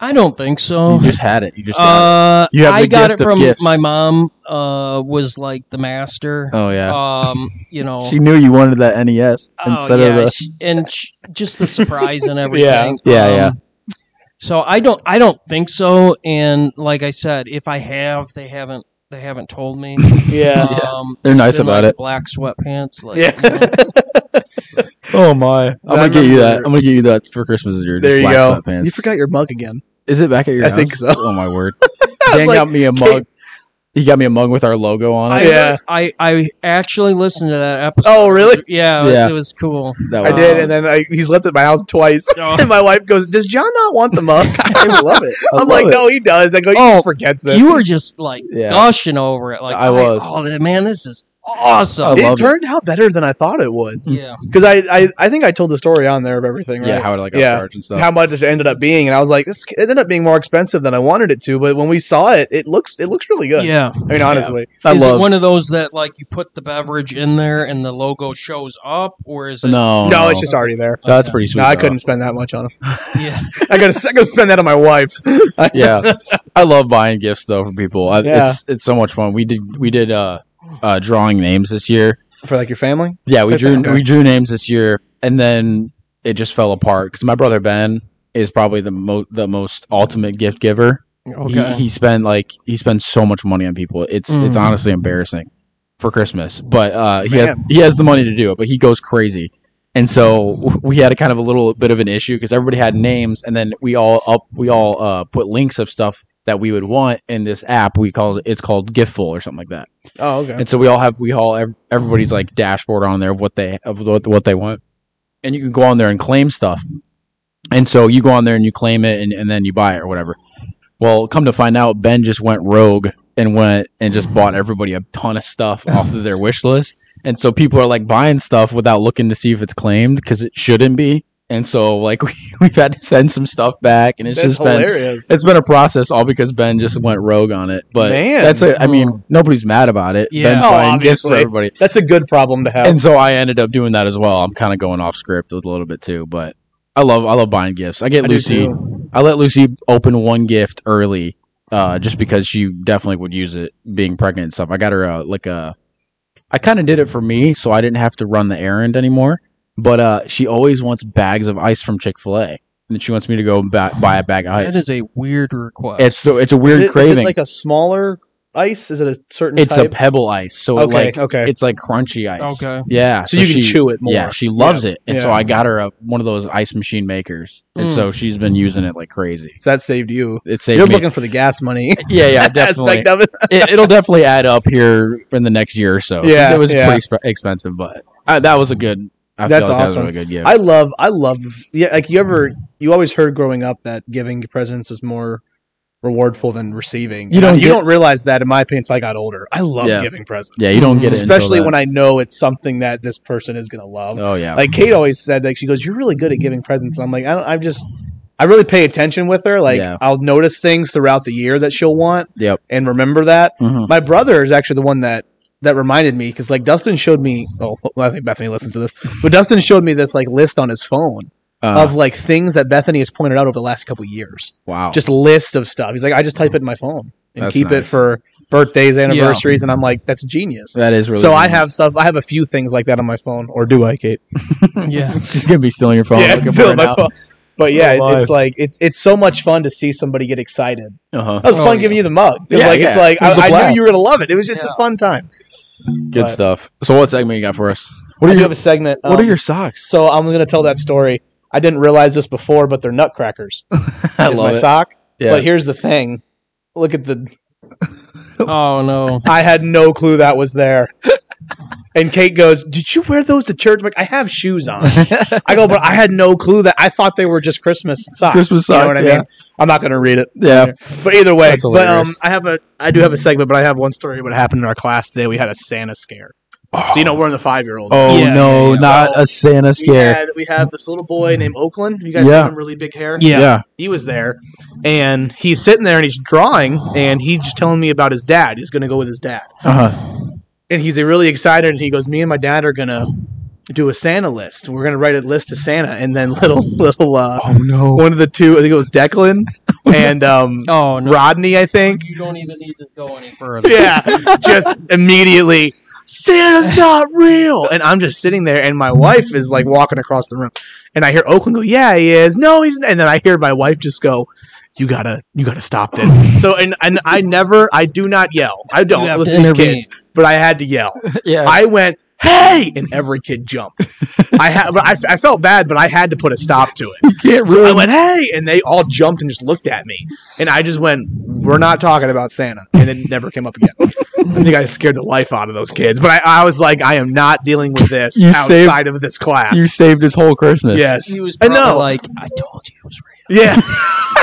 Speaker 3: I don't think
Speaker 2: Oh.
Speaker 3: so.
Speaker 1: You just had it. You just got
Speaker 3: Uh,
Speaker 1: You have
Speaker 3: I
Speaker 1: the
Speaker 3: got
Speaker 1: gift
Speaker 3: it
Speaker 1: of
Speaker 3: from
Speaker 1: gifts.
Speaker 3: my mom. Uh, was like the master.
Speaker 1: it. Oh yeah.
Speaker 3: Um, you
Speaker 2: Oh.
Speaker 3: know,
Speaker 1: she knew you wanted that NES
Speaker 3: Oh,
Speaker 1: instead
Speaker 3: yeah,
Speaker 1: of the
Speaker 3: sh- and sh- just the surprise and everything. Um,
Speaker 1: Yeah, yeah.
Speaker 3: So I don't, I don't think so. And like I said, if I have, they haven't, they haven't told me.
Speaker 2: Yeah.
Speaker 3: Um,
Speaker 1: They're nice
Speaker 3: been
Speaker 1: about
Speaker 3: like
Speaker 1: it.
Speaker 3: Black sweatpants. Like,
Speaker 2: Yeah.
Speaker 3: you know.
Speaker 1: Oh my. I'm
Speaker 2: I
Speaker 1: gonna get you that.
Speaker 2: remember-
Speaker 1: I'm gonna get you that for Christmas. Your
Speaker 2: There you
Speaker 1: black
Speaker 2: go.
Speaker 1: sweatpants.
Speaker 2: You forgot your mug again.
Speaker 1: Is it back at your
Speaker 2: I
Speaker 1: house?
Speaker 2: think so.
Speaker 1: Oh my word.
Speaker 2: was
Speaker 1: Dan
Speaker 2: like,
Speaker 1: got me a
Speaker 2: "Kate-"
Speaker 1: mug. He got me a mug with our logo on
Speaker 3: I,
Speaker 1: it.
Speaker 2: Yeah.
Speaker 3: I, I actually listened to that episode.
Speaker 2: Oh, really?
Speaker 3: Yeah, it was,
Speaker 1: Yeah.
Speaker 3: it was cool.
Speaker 1: That
Speaker 2: I
Speaker 1: was
Speaker 2: did,
Speaker 1: fun.
Speaker 2: and then I, he's left at my house twice.
Speaker 3: Oh.
Speaker 2: And my wife goes, "Does John not want the mug?"
Speaker 1: I love it. I
Speaker 2: I'm like,
Speaker 1: love it.
Speaker 2: "No, he does." I go, "He
Speaker 3: Oh,
Speaker 2: just forgets it."
Speaker 3: You were just like
Speaker 1: Yeah.
Speaker 3: gushing over it. Like
Speaker 1: I was.
Speaker 3: Oh man, this is awesome.
Speaker 1: I
Speaker 2: it
Speaker 1: love it.
Speaker 2: turned out better than I thought it would
Speaker 3: yeah.
Speaker 2: because I, I I think I told the story on there of everything, right?
Speaker 1: Yeah, how it like got
Speaker 2: Yeah.
Speaker 1: charged and stuff.
Speaker 2: how much it ended up being, and I was like, "This it ended up being more expensive than I wanted it to." But when we saw it, it looks it looks really good.
Speaker 3: Yeah.
Speaker 2: I mean, honestly,
Speaker 1: I
Speaker 3: is
Speaker 1: love
Speaker 3: it one of those that like you put the beverage in there and the logo shows up, or is it?
Speaker 1: no,
Speaker 2: no, it's just already there.
Speaker 1: that's pretty Oh. sweet.
Speaker 2: No, I
Speaker 1: though.
Speaker 2: couldn't spend that much on him.
Speaker 3: Yeah,
Speaker 2: I gotta I gotta spend that on my wife.
Speaker 1: yeah i love buying gifts though from people I,
Speaker 2: Yeah.
Speaker 1: it's it's so much fun we did we did uh uh drawing names this year
Speaker 2: For like your family,
Speaker 1: yeah we
Speaker 2: Okay,
Speaker 1: drew
Speaker 2: okay.
Speaker 1: we drew names this year and then it just fell apart because my brother ben is probably the most the most ultimate gift giver
Speaker 3: Okay.
Speaker 1: he, he spent like he spends so much money on people it's it's
Speaker 3: Mhm.
Speaker 1: honestly embarrassing for christmas but uh he has
Speaker 2: Mm. Man.
Speaker 1: he has the money to do it but he goes crazy and so w- we had a kind of a little bit of an issue because everybody had names, and then we all up we all uh, put links of stuff that we would want in this app. We call it it's called Giftful or something like that.
Speaker 2: oh okay,
Speaker 1: And so we all have we all ev- everybody's like dashboard on there of what they of what, what they want, and you can go on there and claim stuff. And so you go on there and you claim it, and, and then you buy it or whatever. Well, come to find out, Ben just went rogue and went and just bought everybody a ton of stuff off of their wish list. And so people are like buying stuff without looking to see if it's claimed because it shouldn't be. And so like we, we've had to send some stuff back, and it's
Speaker 2: that's
Speaker 1: just been
Speaker 2: hilarious.
Speaker 1: it's been a process all because Ben just went rogue on it. But
Speaker 2: Man.
Speaker 1: that's a, I
Speaker 3: Hmm.
Speaker 1: mean, nobody's mad about it.
Speaker 3: Yeah.
Speaker 1: Ben's
Speaker 2: Oh,
Speaker 1: buying gifts for
Speaker 2: obviously.
Speaker 1: everybody.
Speaker 2: That's a good problem to have.
Speaker 1: And so I ended up doing that as well. I'm kind of going off script with a little bit too, but I love I love buying gifts. I get
Speaker 2: I do
Speaker 1: Lucy.
Speaker 2: too.
Speaker 1: I let Lucy open one gift early, uh, just because she definitely would use it being pregnant and stuff. I got her uh, like a. I kind of did it for me, so I didn't have to run the errand anymore. But uh, she always wants bags of ice from Chick Fil A, and she wants me to go ba- buy a bag of ice.
Speaker 3: that is a weird request.
Speaker 1: it's so it's a
Speaker 2: Is
Speaker 1: weird
Speaker 2: it- is it
Speaker 1: craving.
Speaker 2: like a smaller ice? Is it a certain?
Speaker 1: it's a
Speaker 2: type?
Speaker 1: pebble ice, so it,
Speaker 2: okay,
Speaker 1: like
Speaker 2: okay.
Speaker 1: it's like crunchy ice.
Speaker 3: Okay.
Speaker 1: Yeah.
Speaker 2: so, you can
Speaker 1: she-
Speaker 2: chew it more.
Speaker 1: Yeah, she loves it, and so
Speaker 2: Yeah.
Speaker 1: I got her a, one of those ice machine makers, and
Speaker 3: Mm.
Speaker 1: so she's been using it like crazy.
Speaker 2: So that saved you.
Speaker 1: It saved
Speaker 2: You're
Speaker 1: me.
Speaker 2: looking for the gas money
Speaker 1: yeah, yeah, definitely.
Speaker 2: aspect of it.
Speaker 1: it, it'll definitely add up here in the next year or so. 'cause
Speaker 2: Yeah,
Speaker 1: it was
Speaker 2: yeah.
Speaker 1: pretty sp- expensive, but uh, that was a good. I feel
Speaker 2: That's
Speaker 1: like
Speaker 2: awesome.
Speaker 1: That was a really good gift.
Speaker 2: I love, I love. Yeah, like you ever, you always heard growing up that giving presents is more rewardful than receiving.
Speaker 1: You
Speaker 2: And
Speaker 1: don't
Speaker 2: I- you
Speaker 1: get-
Speaker 2: don't realize that in my opinion until I got older. I love
Speaker 1: Yeah.
Speaker 2: giving presents,
Speaker 1: yeah, you don't get it,
Speaker 2: especially when I know it's something that this person is gonna love.
Speaker 1: Oh yeah,
Speaker 2: Like Kate always said, like she goes, "You're really good at giving presents." I'm like, I don't, I'm just, I really pay attention with her. Like
Speaker 1: Yeah.
Speaker 2: I'll notice things throughout the year that she'll want,
Speaker 1: Yep.
Speaker 2: and remember that.
Speaker 1: Mhm.
Speaker 2: my brother is actually the one that that reminded me because like Dustin showed me. Oh, well, I think Bethany listens to this, but Dustin showed me this like list on his phone
Speaker 1: Uh,
Speaker 2: of like things that Bethany has pointed out over the last couple years.
Speaker 1: wow,
Speaker 2: Just list of stuff. He's like, I just type it in my phone and
Speaker 1: That's
Speaker 2: keep it
Speaker 1: nice.
Speaker 2: for birthdays, anniversaries, and I'm like, that's genius.
Speaker 1: that is really.
Speaker 2: so I
Speaker 1: nice.
Speaker 2: have stuff. I have a few things like that on my phone, or do I, Kate?
Speaker 3: yeah,
Speaker 1: She's gonna be stealing your phone. looking
Speaker 2: still
Speaker 1: for
Speaker 2: on
Speaker 1: it
Speaker 2: my
Speaker 1: now.
Speaker 2: phone. But yeah,
Speaker 1: Oh,
Speaker 2: it- it's like it's it's so much fun to see somebody get excited.
Speaker 1: Uh-huh.
Speaker 2: That was
Speaker 3: Oh,
Speaker 2: fun giving
Speaker 3: yeah.
Speaker 2: you the mug. 'Cause,
Speaker 1: Yeah,
Speaker 2: like
Speaker 1: yeah.
Speaker 2: it's like
Speaker 1: It was a
Speaker 2: I, I
Speaker 1: blast.
Speaker 2: knew you were gonna love it. It was just
Speaker 3: Yeah.
Speaker 2: a fun time.
Speaker 1: Good
Speaker 2: But-
Speaker 1: stuff. So what segment you got for us? What
Speaker 2: I
Speaker 1: are
Speaker 2: do
Speaker 1: your
Speaker 2: have a segment.
Speaker 1: What are
Speaker 2: um,
Speaker 1: your socks?
Speaker 2: So I'm going to tell that story. I didn't realize this before, but they're nutcrackers.
Speaker 1: I love
Speaker 2: Is my
Speaker 1: it.
Speaker 2: sock.
Speaker 1: Yeah.
Speaker 2: But here's the thing. Look at the.
Speaker 3: oh no,
Speaker 2: I had no clue that was there. And Kate goes, "Did you wear those to church?" I'm like, I have shoes on. I go, but I had no clue that. I thought they were just Christmas socks.
Speaker 1: Christmas
Speaker 2: You know
Speaker 1: socks,
Speaker 2: what I
Speaker 1: yeah.
Speaker 2: mean? I'm not going to read it.
Speaker 1: yeah.
Speaker 2: But either way,
Speaker 1: That's
Speaker 2: but um,
Speaker 1: hilarious.
Speaker 2: I have a. I do have a segment, but I have one story. What happened in our class today? We had a Santa scare. So you know we're in the five year old.
Speaker 1: Oh
Speaker 3: Yeah,
Speaker 1: no,
Speaker 3: yeah,
Speaker 1: not
Speaker 2: So
Speaker 1: a Santa
Speaker 2: we
Speaker 1: scare.
Speaker 2: had we had this little boy named Oakland. You guys
Speaker 1: Yeah.
Speaker 2: remember really big hair?
Speaker 3: Yeah.
Speaker 2: He was there, and he's sitting there and he's drawing, and he's just telling me about his dad. He's going to go with his dad,
Speaker 1: Uh-huh.
Speaker 2: and he's really excited. And he goes, "Me and my dad are going to do a Santa list. We're going to write a list to Santa." And then little little uh,
Speaker 1: Oh no.
Speaker 2: one of the two, I think it was Declan and um,
Speaker 3: Oh no.
Speaker 2: Rodney, I think.
Speaker 3: You don't even need to go any further.
Speaker 2: Yeah, just immediately. Santa's not real, and I'm just sitting there, and my wife is like walking across the room, and I hear Oakland go, "Yeah, he is." No, he's, not. and then I hear my wife just go, "You gotta, you gotta stop this." So, and and I never, I do not yell. I
Speaker 3: You
Speaker 2: don't
Speaker 3: have
Speaker 2: with
Speaker 3: to
Speaker 2: these
Speaker 3: intervene.
Speaker 2: kids, but I had to yell.
Speaker 1: Yeah.
Speaker 2: I went, "Hey!" and every kid jumped. I had, but I, I felt bad, but I had to put a stop to it.
Speaker 1: can't
Speaker 2: So I went, hey, and they all jumped and just looked at me, and I just went, "We're not talking about Santa," and it never came up again. you guys scared the life out of those kids, but I, I was like, I am not dealing with this
Speaker 1: You saved-
Speaker 2: outside of this class.
Speaker 1: you saved his whole Christmas.
Speaker 2: yes,
Speaker 3: He was
Speaker 2: I
Speaker 3: probably
Speaker 2: know.
Speaker 3: like, I told you it was real.
Speaker 2: yeah,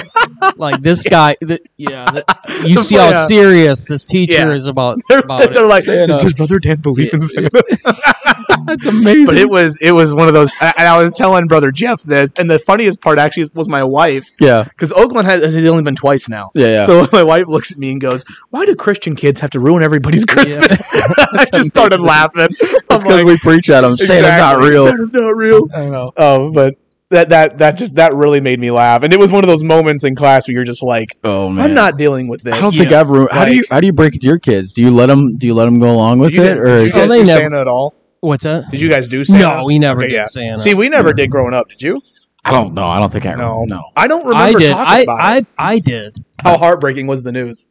Speaker 3: Like this guy, th- yeah. th- you see how
Speaker 2: Yeah.
Speaker 3: serious this teacher
Speaker 2: Yeah.
Speaker 3: is about.
Speaker 2: they're,
Speaker 3: about it.
Speaker 2: they're like,
Speaker 1: Santa.
Speaker 2: does your brother Dan believe in Santa?
Speaker 1: That's amazing.
Speaker 2: But it was it was one of those, and I was telling brother Jeff this, and the funniest part actually was my wife
Speaker 1: yeah.
Speaker 2: because Oakland has has only been twice now.
Speaker 1: Yeah, yeah.
Speaker 2: So my wife looks at me and goes, "Why do Christian kids have to ruin everybody's Christmas?" I just started laughing. I'm
Speaker 1: That's because
Speaker 2: like,
Speaker 1: we preach at him. Santa's not
Speaker 2: "Exactly,
Speaker 1: real.
Speaker 2: Santa's not real.
Speaker 3: I know.
Speaker 2: Oh, but that that that just that really made me laugh, and it was one of those moments in class where you're just like,
Speaker 1: Oh man.
Speaker 2: "I'm not dealing with this."
Speaker 1: I don't think I've ruined. How do you how do you break it to your kids? Do you let them do you let them go along with
Speaker 2: Did you,
Speaker 1: it
Speaker 2: did,
Speaker 1: or
Speaker 2: you
Speaker 3: Oh,
Speaker 2: guys
Speaker 3: they
Speaker 2: do
Speaker 3: never-
Speaker 2: Santa at all?
Speaker 3: What's that?
Speaker 2: Did you guys do Santa?
Speaker 3: No, we never
Speaker 2: Okay,
Speaker 3: did
Speaker 2: yeah.
Speaker 3: Santa.
Speaker 2: See, we never did growing up. Did you?
Speaker 1: I don't know. I don't think I
Speaker 2: No.
Speaker 1: no.
Speaker 2: I don't
Speaker 3: I
Speaker 2: remember
Speaker 3: did.
Speaker 2: talking
Speaker 3: I,
Speaker 2: about it.
Speaker 3: I I did.
Speaker 2: How heartbreaking was the news?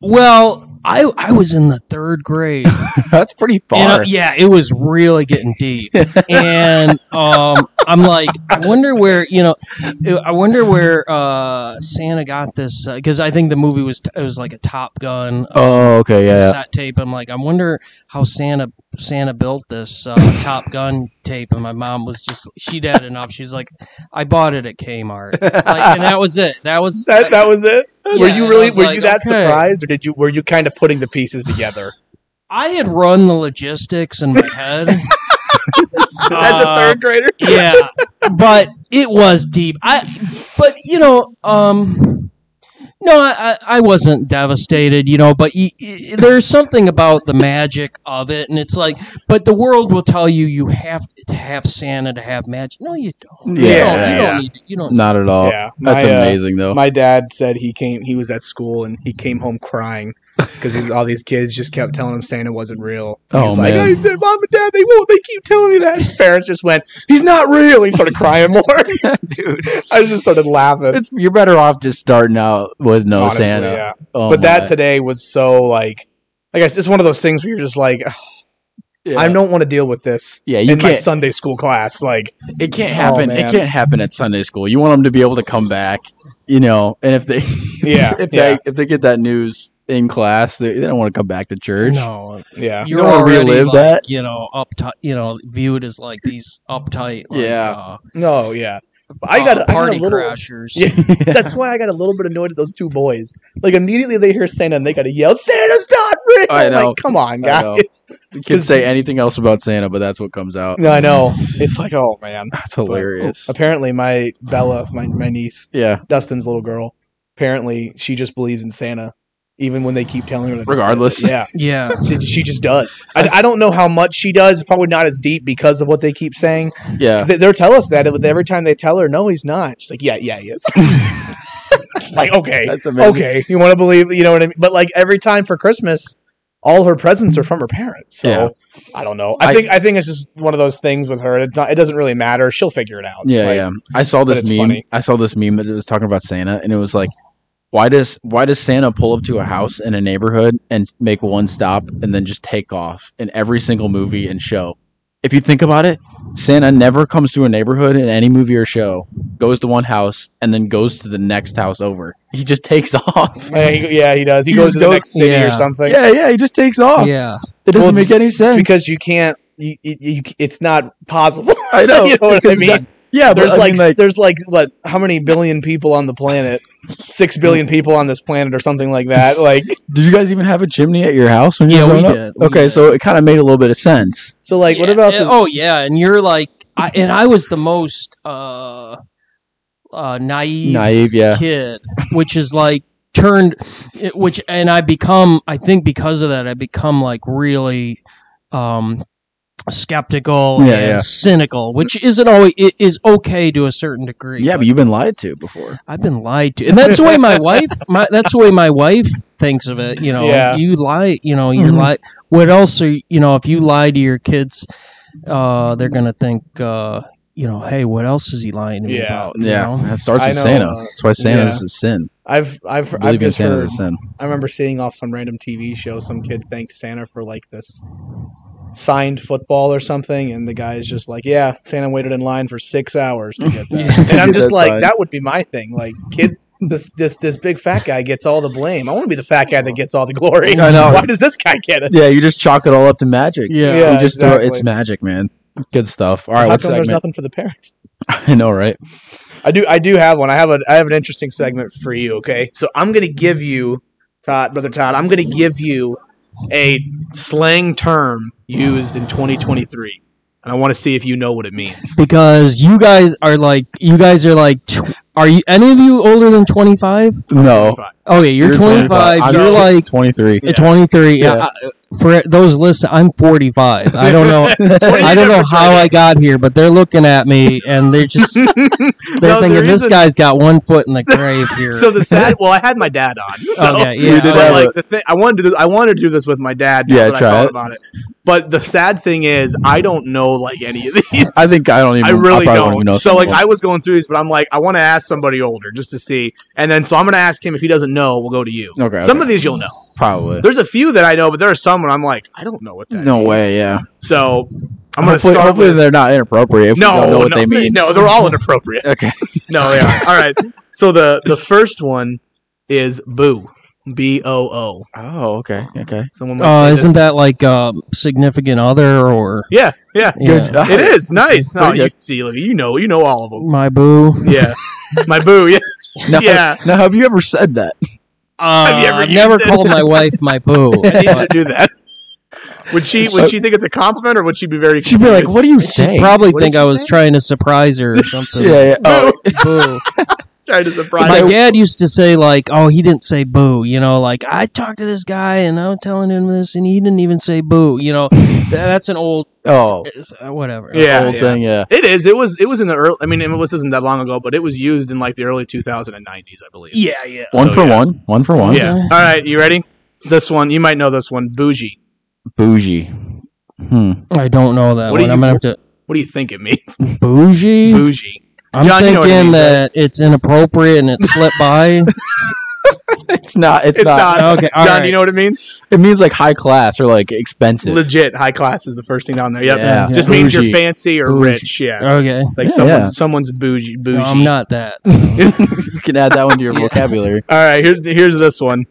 Speaker 3: Well, I I was in the third grade.
Speaker 1: That's pretty
Speaker 3: And, uh,
Speaker 1: far.
Speaker 3: yeah, it was really getting deep. and um, I'm like, I wonder where you know, I wonder where uh, Santa got this because I think the movie was it was like a Top Gun uh,
Speaker 1: Oh, okay, yeah.
Speaker 3: cassette tape. I'm like, I wonder how Santa Santa built this uh, Top Gun tape. And my mom was just she'd had enough. She's like, I bought it at Kmart, like, and that was it. That was
Speaker 2: That that was it. were
Speaker 3: Yeah,
Speaker 2: you
Speaker 3: and I
Speaker 2: really
Speaker 3: was
Speaker 2: were
Speaker 3: like,
Speaker 2: you that
Speaker 3: okay.
Speaker 2: surprised, or did you were you kind of putting the pieces together
Speaker 3: I had run the logistics in my head.
Speaker 2: as a
Speaker 3: Uh,
Speaker 2: third grader?
Speaker 3: yeah but it was deep i but you know um no i i I wasn't devastated you know but y y there's something about the magic of it and it's like but the world will tell you you have to have santa to have magic no you don't you
Speaker 1: Yeah,
Speaker 3: don't, you
Speaker 2: yeah.
Speaker 3: don't need to, you don't
Speaker 1: Not at all.
Speaker 2: yeah,
Speaker 1: Oh, That's
Speaker 2: my, uh,
Speaker 1: amazing though.
Speaker 2: my dad said he came. He was at school and he came home crying because all these kids just kept telling him Santa wasn't real.
Speaker 1: Oh,
Speaker 2: he's
Speaker 1: man.
Speaker 2: like, hey, mom and dad, they won't. They keep telling me that. His parents just went, he's not real. He started crying more.
Speaker 1: Dude,
Speaker 2: I just started laughing.
Speaker 1: it's you're better off just starting out with no
Speaker 2: honestly,
Speaker 1: Santa.
Speaker 2: yeah.
Speaker 1: Oh,
Speaker 2: but that
Speaker 1: my.
Speaker 2: today was so like, I guess it's one of those things where you're just like,
Speaker 1: yeah.
Speaker 2: I don't want to deal with this
Speaker 1: Yeah, you
Speaker 2: in my
Speaker 1: can't.
Speaker 2: Sunday school class. Like,
Speaker 1: It can't
Speaker 2: Oh,
Speaker 1: happen. it
Speaker 2: man.
Speaker 1: can't happen at Sunday school. You want them to be able to come back, you know. And if they,
Speaker 2: Yeah,
Speaker 1: if
Speaker 2: yeah.
Speaker 1: they if they get that news in class, they, they don't want to come back to church.
Speaker 3: no
Speaker 2: yeah,
Speaker 3: you're
Speaker 1: don't wanna
Speaker 3: already
Speaker 1: relive
Speaker 3: like,
Speaker 1: that?
Speaker 3: you know uptight you know viewed as like these uptight like,
Speaker 1: Yeah.
Speaker 3: uh,
Speaker 2: no, yeah. I
Speaker 3: uh,
Speaker 2: got, a- I got a
Speaker 3: party
Speaker 2: little.
Speaker 3: crashers
Speaker 2: Yeah. That's why I got a little bit annoyed at those two boys. Like immediately they hear Santa and they gotta yell, "Santa's not real!"
Speaker 1: I
Speaker 2: I'm
Speaker 1: know.
Speaker 2: Like, come on,
Speaker 1: I know.
Speaker 2: guys.
Speaker 1: You can say anything else about Santa, but that's what comes out.
Speaker 2: No, I know. It's like, oh man.
Speaker 1: That's hilarious.
Speaker 2: Apparently, my Bella, my my niece,
Speaker 1: Yeah.
Speaker 2: Dustin's little girl, apparently she just believes in Santa, even when they keep telling her. That it's-
Speaker 1: Regardless.
Speaker 2: yeah,
Speaker 3: yeah
Speaker 2: she, she just does. I, I don't know how much she does. Probably not as deep because of what they keep saying.
Speaker 1: Yeah.
Speaker 2: They, they'll tell us that but every time they tell her, no, he's not. She's like, yeah, yeah, he is. It's like, okay,
Speaker 1: That's amazing.
Speaker 2: okay, you want to believe, you know what I mean? But like every time for Christmas, all her presents are from her parents. So
Speaker 1: Yeah.
Speaker 2: I don't know. I,
Speaker 1: I-
Speaker 2: think I think it's just one of those things with her. It's not, it doesn't really matter. She'll figure it out.
Speaker 1: Yeah,
Speaker 2: Like,
Speaker 1: yeah. I saw
Speaker 2: but
Speaker 1: this
Speaker 2: it's
Speaker 1: meme.
Speaker 2: funny.
Speaker 1: I saw this meme that it was talking about Santa, and it was like, why does why does Santa pull up to a house in a neighborhood and make one stop and then just take off in every single movie and show? If you think about it, Santa never comes to a neighborhood in any movie or show, goes to one house, and then goes to the next house over. He just takes off.
Speaker 2: Yeah, he, yeah, he does. He,
Speaker 1: He
Speaker 2: goes
Speaker 1: just
Speaker 2: to the
Speaker 1: goes-
Speaker 2: next city or
Speaker 3: Yeah.
Speaker 2: something.
Speaker 1: yeah, yeah, he just takes
Speaker 2: Oh.
Speaker 1: off.
Speaker 3: yeah
Speaker 1: It doesn't
Speaker 2: Well,
Speaker 1: make any sense
Speaker 2: Because you can't. You, you, you, it's not possible.
Speaker 1: I know.
Speaker 2: you know what I
Speaker 1: because
Speaker 2: mean?
Speaker 1: that- yeah, but
Speaker 2: there's
Speaker 1: I
Speaker 2: like,
Speaker 1: mean,
Speaker 2: there's like what? How many billion people on the planet? six billion people on this planet or something like that. Like
Speaker 1: Did you guys even have a chimney at your house when you
Speaker 3: Yeah,
Speaker 1: were
Speaker 3: we
Speaker 1: growing up?
Speaker 3: did. We
Speaker 1: okay,
Speaker 3: did.
Speaker 1: so it kind of made a little bit of sense.
Speaker 2: so like what
Speaker 3: Yeah,
Speaker 2: about
Speaker 3: uh,
Speaker 2: the
Speaker 3: oh yeah, and you're like, I, and I was the most uh, uh, naive,
Speaker 1: Naive, yeah.
Speaker 3: kid, which is like turned, it- which and I become, I think because of that, I become like really um, skeptical
Speaker 1: Yeah,
Speaker 3: and
Speaker 1: yeah.
Speaker 3: cynical, which isn't always it is okay to a certain degree.
Speaker 1: Yeah, but you've been lied to before.
Speaker 3: I've been lied to, and that's the way my wife. My, that's the way my wife thinks of it. You know,
Speaker 2: Yeah.
Speaker 3: you lie. You know, you
Speaker 1: Mhm.
Speaker 3: lie. What else are you know? If you lie to your kids, uh, they're gonna think, uh, you know, hey, what else is he lying to me
Speaker 2: Yeah.
Speaker 3: about? you
Speaker 1: Yeah,
Speaker 3: know?
Speaker 1: that starts
Speaker 2: I
Speaker 1: with
Speaker 2: know,
Speaker 1: Santa.
Speaker 2: uh,
Speaker 1: That's why Santa's a sin.
Speaker 2: I've I've I've
Speaker 1: Believing in
Speaker 2: just
Speaker 1: Santa's
Speaker 2: heard,
Speaker 1: a sin.
Speaker 2: I remember seeing off some random TV show some kid thanked Santa for like this signed football or something and the guy is just like, Yeah, Santa waited in line for six hours to get that.
Speaker 3: Yeah.
Speaker 2: and I'm
Speaker 1: Get
Speaker 2: just
Speaker 1: that
Speaker 2: like,
Speaker 1: signed.
Speaker 2: that would be my thing. Like kids this this this big fat guy gets all the blame. I want to be the fat guy that gets all the glory.
Speaker 1: I know.
Speaker 2: Why does this guy get it?
Speaker 1: Yeah, you just chalk it all up to magic.
Speaker 3: Yeah.
Speaker 1: You
Speaker 2: Yeah,
Speaker 1: just throw
Speaker 2: exactly.
Speaker 1: it's magic, man. Good stuff. All right,
Speaker 2: How
Speaker 1: what
Speaker 2: come there's
Speaker 1: segment?
Speaker 2: nothing for the parents?
Speaker 1: I know, right?
Speaker 2: I do I do have one. I have a I have an interesting segment for you, okay? So I'm gonna give you Todd, brother Todd, I'm gonna give you a slang term used in twenty twenty three. And I wanna see if you know what it means.
Speaker 3: Because you guys are like, you guys are like, tw- are you any of you older than twenty five?
Speaker 1: No,
Speaker 3: Okay, you're,
Speaker 1: You're
Speaker 3: 25.
Speaker 1: 25.
Speaker 3: You're
Speaker 2: I'm
Speaker 3: like
Speaker 1: twenty-three.
Speaker 2: Yeah.
Speaker 3: 23.
Speaker 1: Yeah.
Speaker 3: Yeah. I, for those listening, I'm 45. I don't know. I don't know how I got here, but they're looking at me and they're just they're
Speaker 2: No,
Speaker 3: thinking
Speaker 2: there
Speaker 3: this
Speaker 2: is a-
Speaker 3: guy's got one foot in the grave here.
Speaker 2: So the sad well, I had my dad on. So
Speaker 3: okay,
Speaker 1: You
Speaker 3: Oh, yeah,
Speaker 1: did
Speaker 2: but
Speaker 3: okay.
Speaker 1: have
Speaker 2: like the thing I wanted to do I wanted to do this with my dad now
Speaker 1: Yeah,
Speaker 2: that I
Speaker 1: try
Speaker 2: thought
Speaker 1: it.
Speaker 2: about it. But the sad thing is I don't know like any of these.
Speaker 1: I think I don't even.
Speaker 2: I really
Speaker 1: probably
Speaker 2: don't.
Speaker 1: even know
Speaker 2: so like
Speaker 1: someone.
Speaker 2: I was going through this, but I'm like I want to ask somebody older just to see, and then so I'm going to ask him if he doesn't know, we'll go to you.
Speaker 1: Okay,
Speaker 2: Some
Speaker 1: okay.
Speaker 2: of these you'll know.
Speaker 1: probably.
Speaker 2: There's a few that I know, but there are some when I'm like I don't know what that.
Speaker 1: No
Speaker 2: means.
Speaker 1: way. Yeah.
Speaker 2: So I'm going to
Speaker 1: Hopefully,
Speaker 2: start
Speaker 1: hopefully
Speaker 2: with
Speaker 1: they're not inappropriate. If we
Speaker 2: no,
Speaker 1: don't know what
Speaker 2: no,
Speaker 1: they mean.
Speaker 2: no, they're all inappropriate.
Speaker 1: Okay.
Speaker 2: no, they are. All right. So the the first one is boo, b o o.
Speaker 1: Oh, okay. Okay.
Speaker 2: Someone
Speaker 1: Oh,
Speaker 2: might
Speaker 3: uh,
Speaker 2: say
Speaker 3: isn't that like uh, significant other or
Speaker 2: That. Yeah, yeah.
Speaker 3: yeah,
Speaker 1: job.
Speaker 2: It is nice. No,
Speaker 1: Pretty
Speaker 2: you
Speaker 1: good.
Speaker 2: see, like, you know, you know all of them.
Speaker 3: my boo?
Speaker 2: Yeah, my boo. Yeah,
Speaker 1: Now,
Speaker 2: yeah.
Speaker 1: Now, have you ever said that?
Speaker 3: Uh,
Speaker 2: Have you ever
Speaker 3: I've never
Speaker 2: used it?
Speaker 3: called my wife my boo.
Speaker 2: I need you to do that. Would she would she think it's a compliment or would she be very
Speaker 1: She'd be like,
Speaker 2: confused?
Speaker 1: "What are you
Speaker 3: She
Speaker 1: saying?"
Speaker 3: probably
Speaker 2: What
Speaker 3: think
Speaker 2: did
Speaker 3: I
Speaker 2: you
Speaker 3: was
Speaker 2: say?
Speaker 3: trying to surprise her or something.
Speaker 1: yeah. yeah. Oh,
Speaker 3: Boo.
Speaker 2: trying to surprise
Speaker 3: My
Speaker 2: her?
Speaker 3: dad used to say like, "Oh, he didn't say boo," you know. Like I talked to this guy and I'm telling him this, and he didn't even say boo, you know. Th- That's an old
Speaker 1: oh.
Speaker 3: uh, whatever.
Speaker 2: Yeah,
Speaker 1: whole
Speaker 2: yeah.
Speaker 1: thing. Yeah.
Speaker 2: It is. It was. It was in the early. I mean, it was isn't that long ago, but it was used in like the early 2090s, I believe.
Speaker 3: yeah, yeah.
Speaker 1: One
Speaker 2: So,
Speaker 1: for
Speaker 2: yeah.
Speaker 1: one. One for one.
Speaker 2: Yeah.
Speaker 3: Okay.
Speaker 2: All right. You ready? This one. You might know this one. Bougie.
Speaker 1: Bougie. Hmm.
Speaker 3: I don't know that
Speaker 2: What do
Speaker 3: one.
Speaker 2: you-
Speaker 3: I'm gonna have to
Speaker 2: What do you think it means?
Speaker 3: bougie.
Speaker 2: Bougie.
Speaker 3: I'm
Speaker 2: John, you know what
Speaker 3: thinking
Speaker 2: it means,
Speaker 3: that it's inappropriate and it slipped by.
Speaker 1: It's not. It's,
Speaker 2: It's
Speaker 1: not.
Speaker 2: not.
Speaker 3: okay, all
Speaker 2: John,
Speaker 3: right.
Speaker 2: you know what it means?
Speaker 1: It means like high class or like expensive.
Speaker 2: Legit. High class is the first thing down there. Yep.
Speaker 1: Yeah.
Speaker 2: Just
Speaker 1: Yeah.
Speaker 2: means you're
Speaker 1: Bougie.
Speaker 2: fancy or
Speaker 3: Bougie.
Speaker 2: rich. Yeah.
Speaker 3: okay,
Speaker 2: It's like
Speaker 1: Yeah,
Speaker 2: someone's
Speaker 1: yeah.
Speaker 2: someone's bougie. Bougie.
Speaker 3: No, I'm not that.
Speaker 1: you can add that one to your
Speaker 3: Yeah.
Speaker 1: vocabulary.
Speaker 2: All right. Here, here's this one.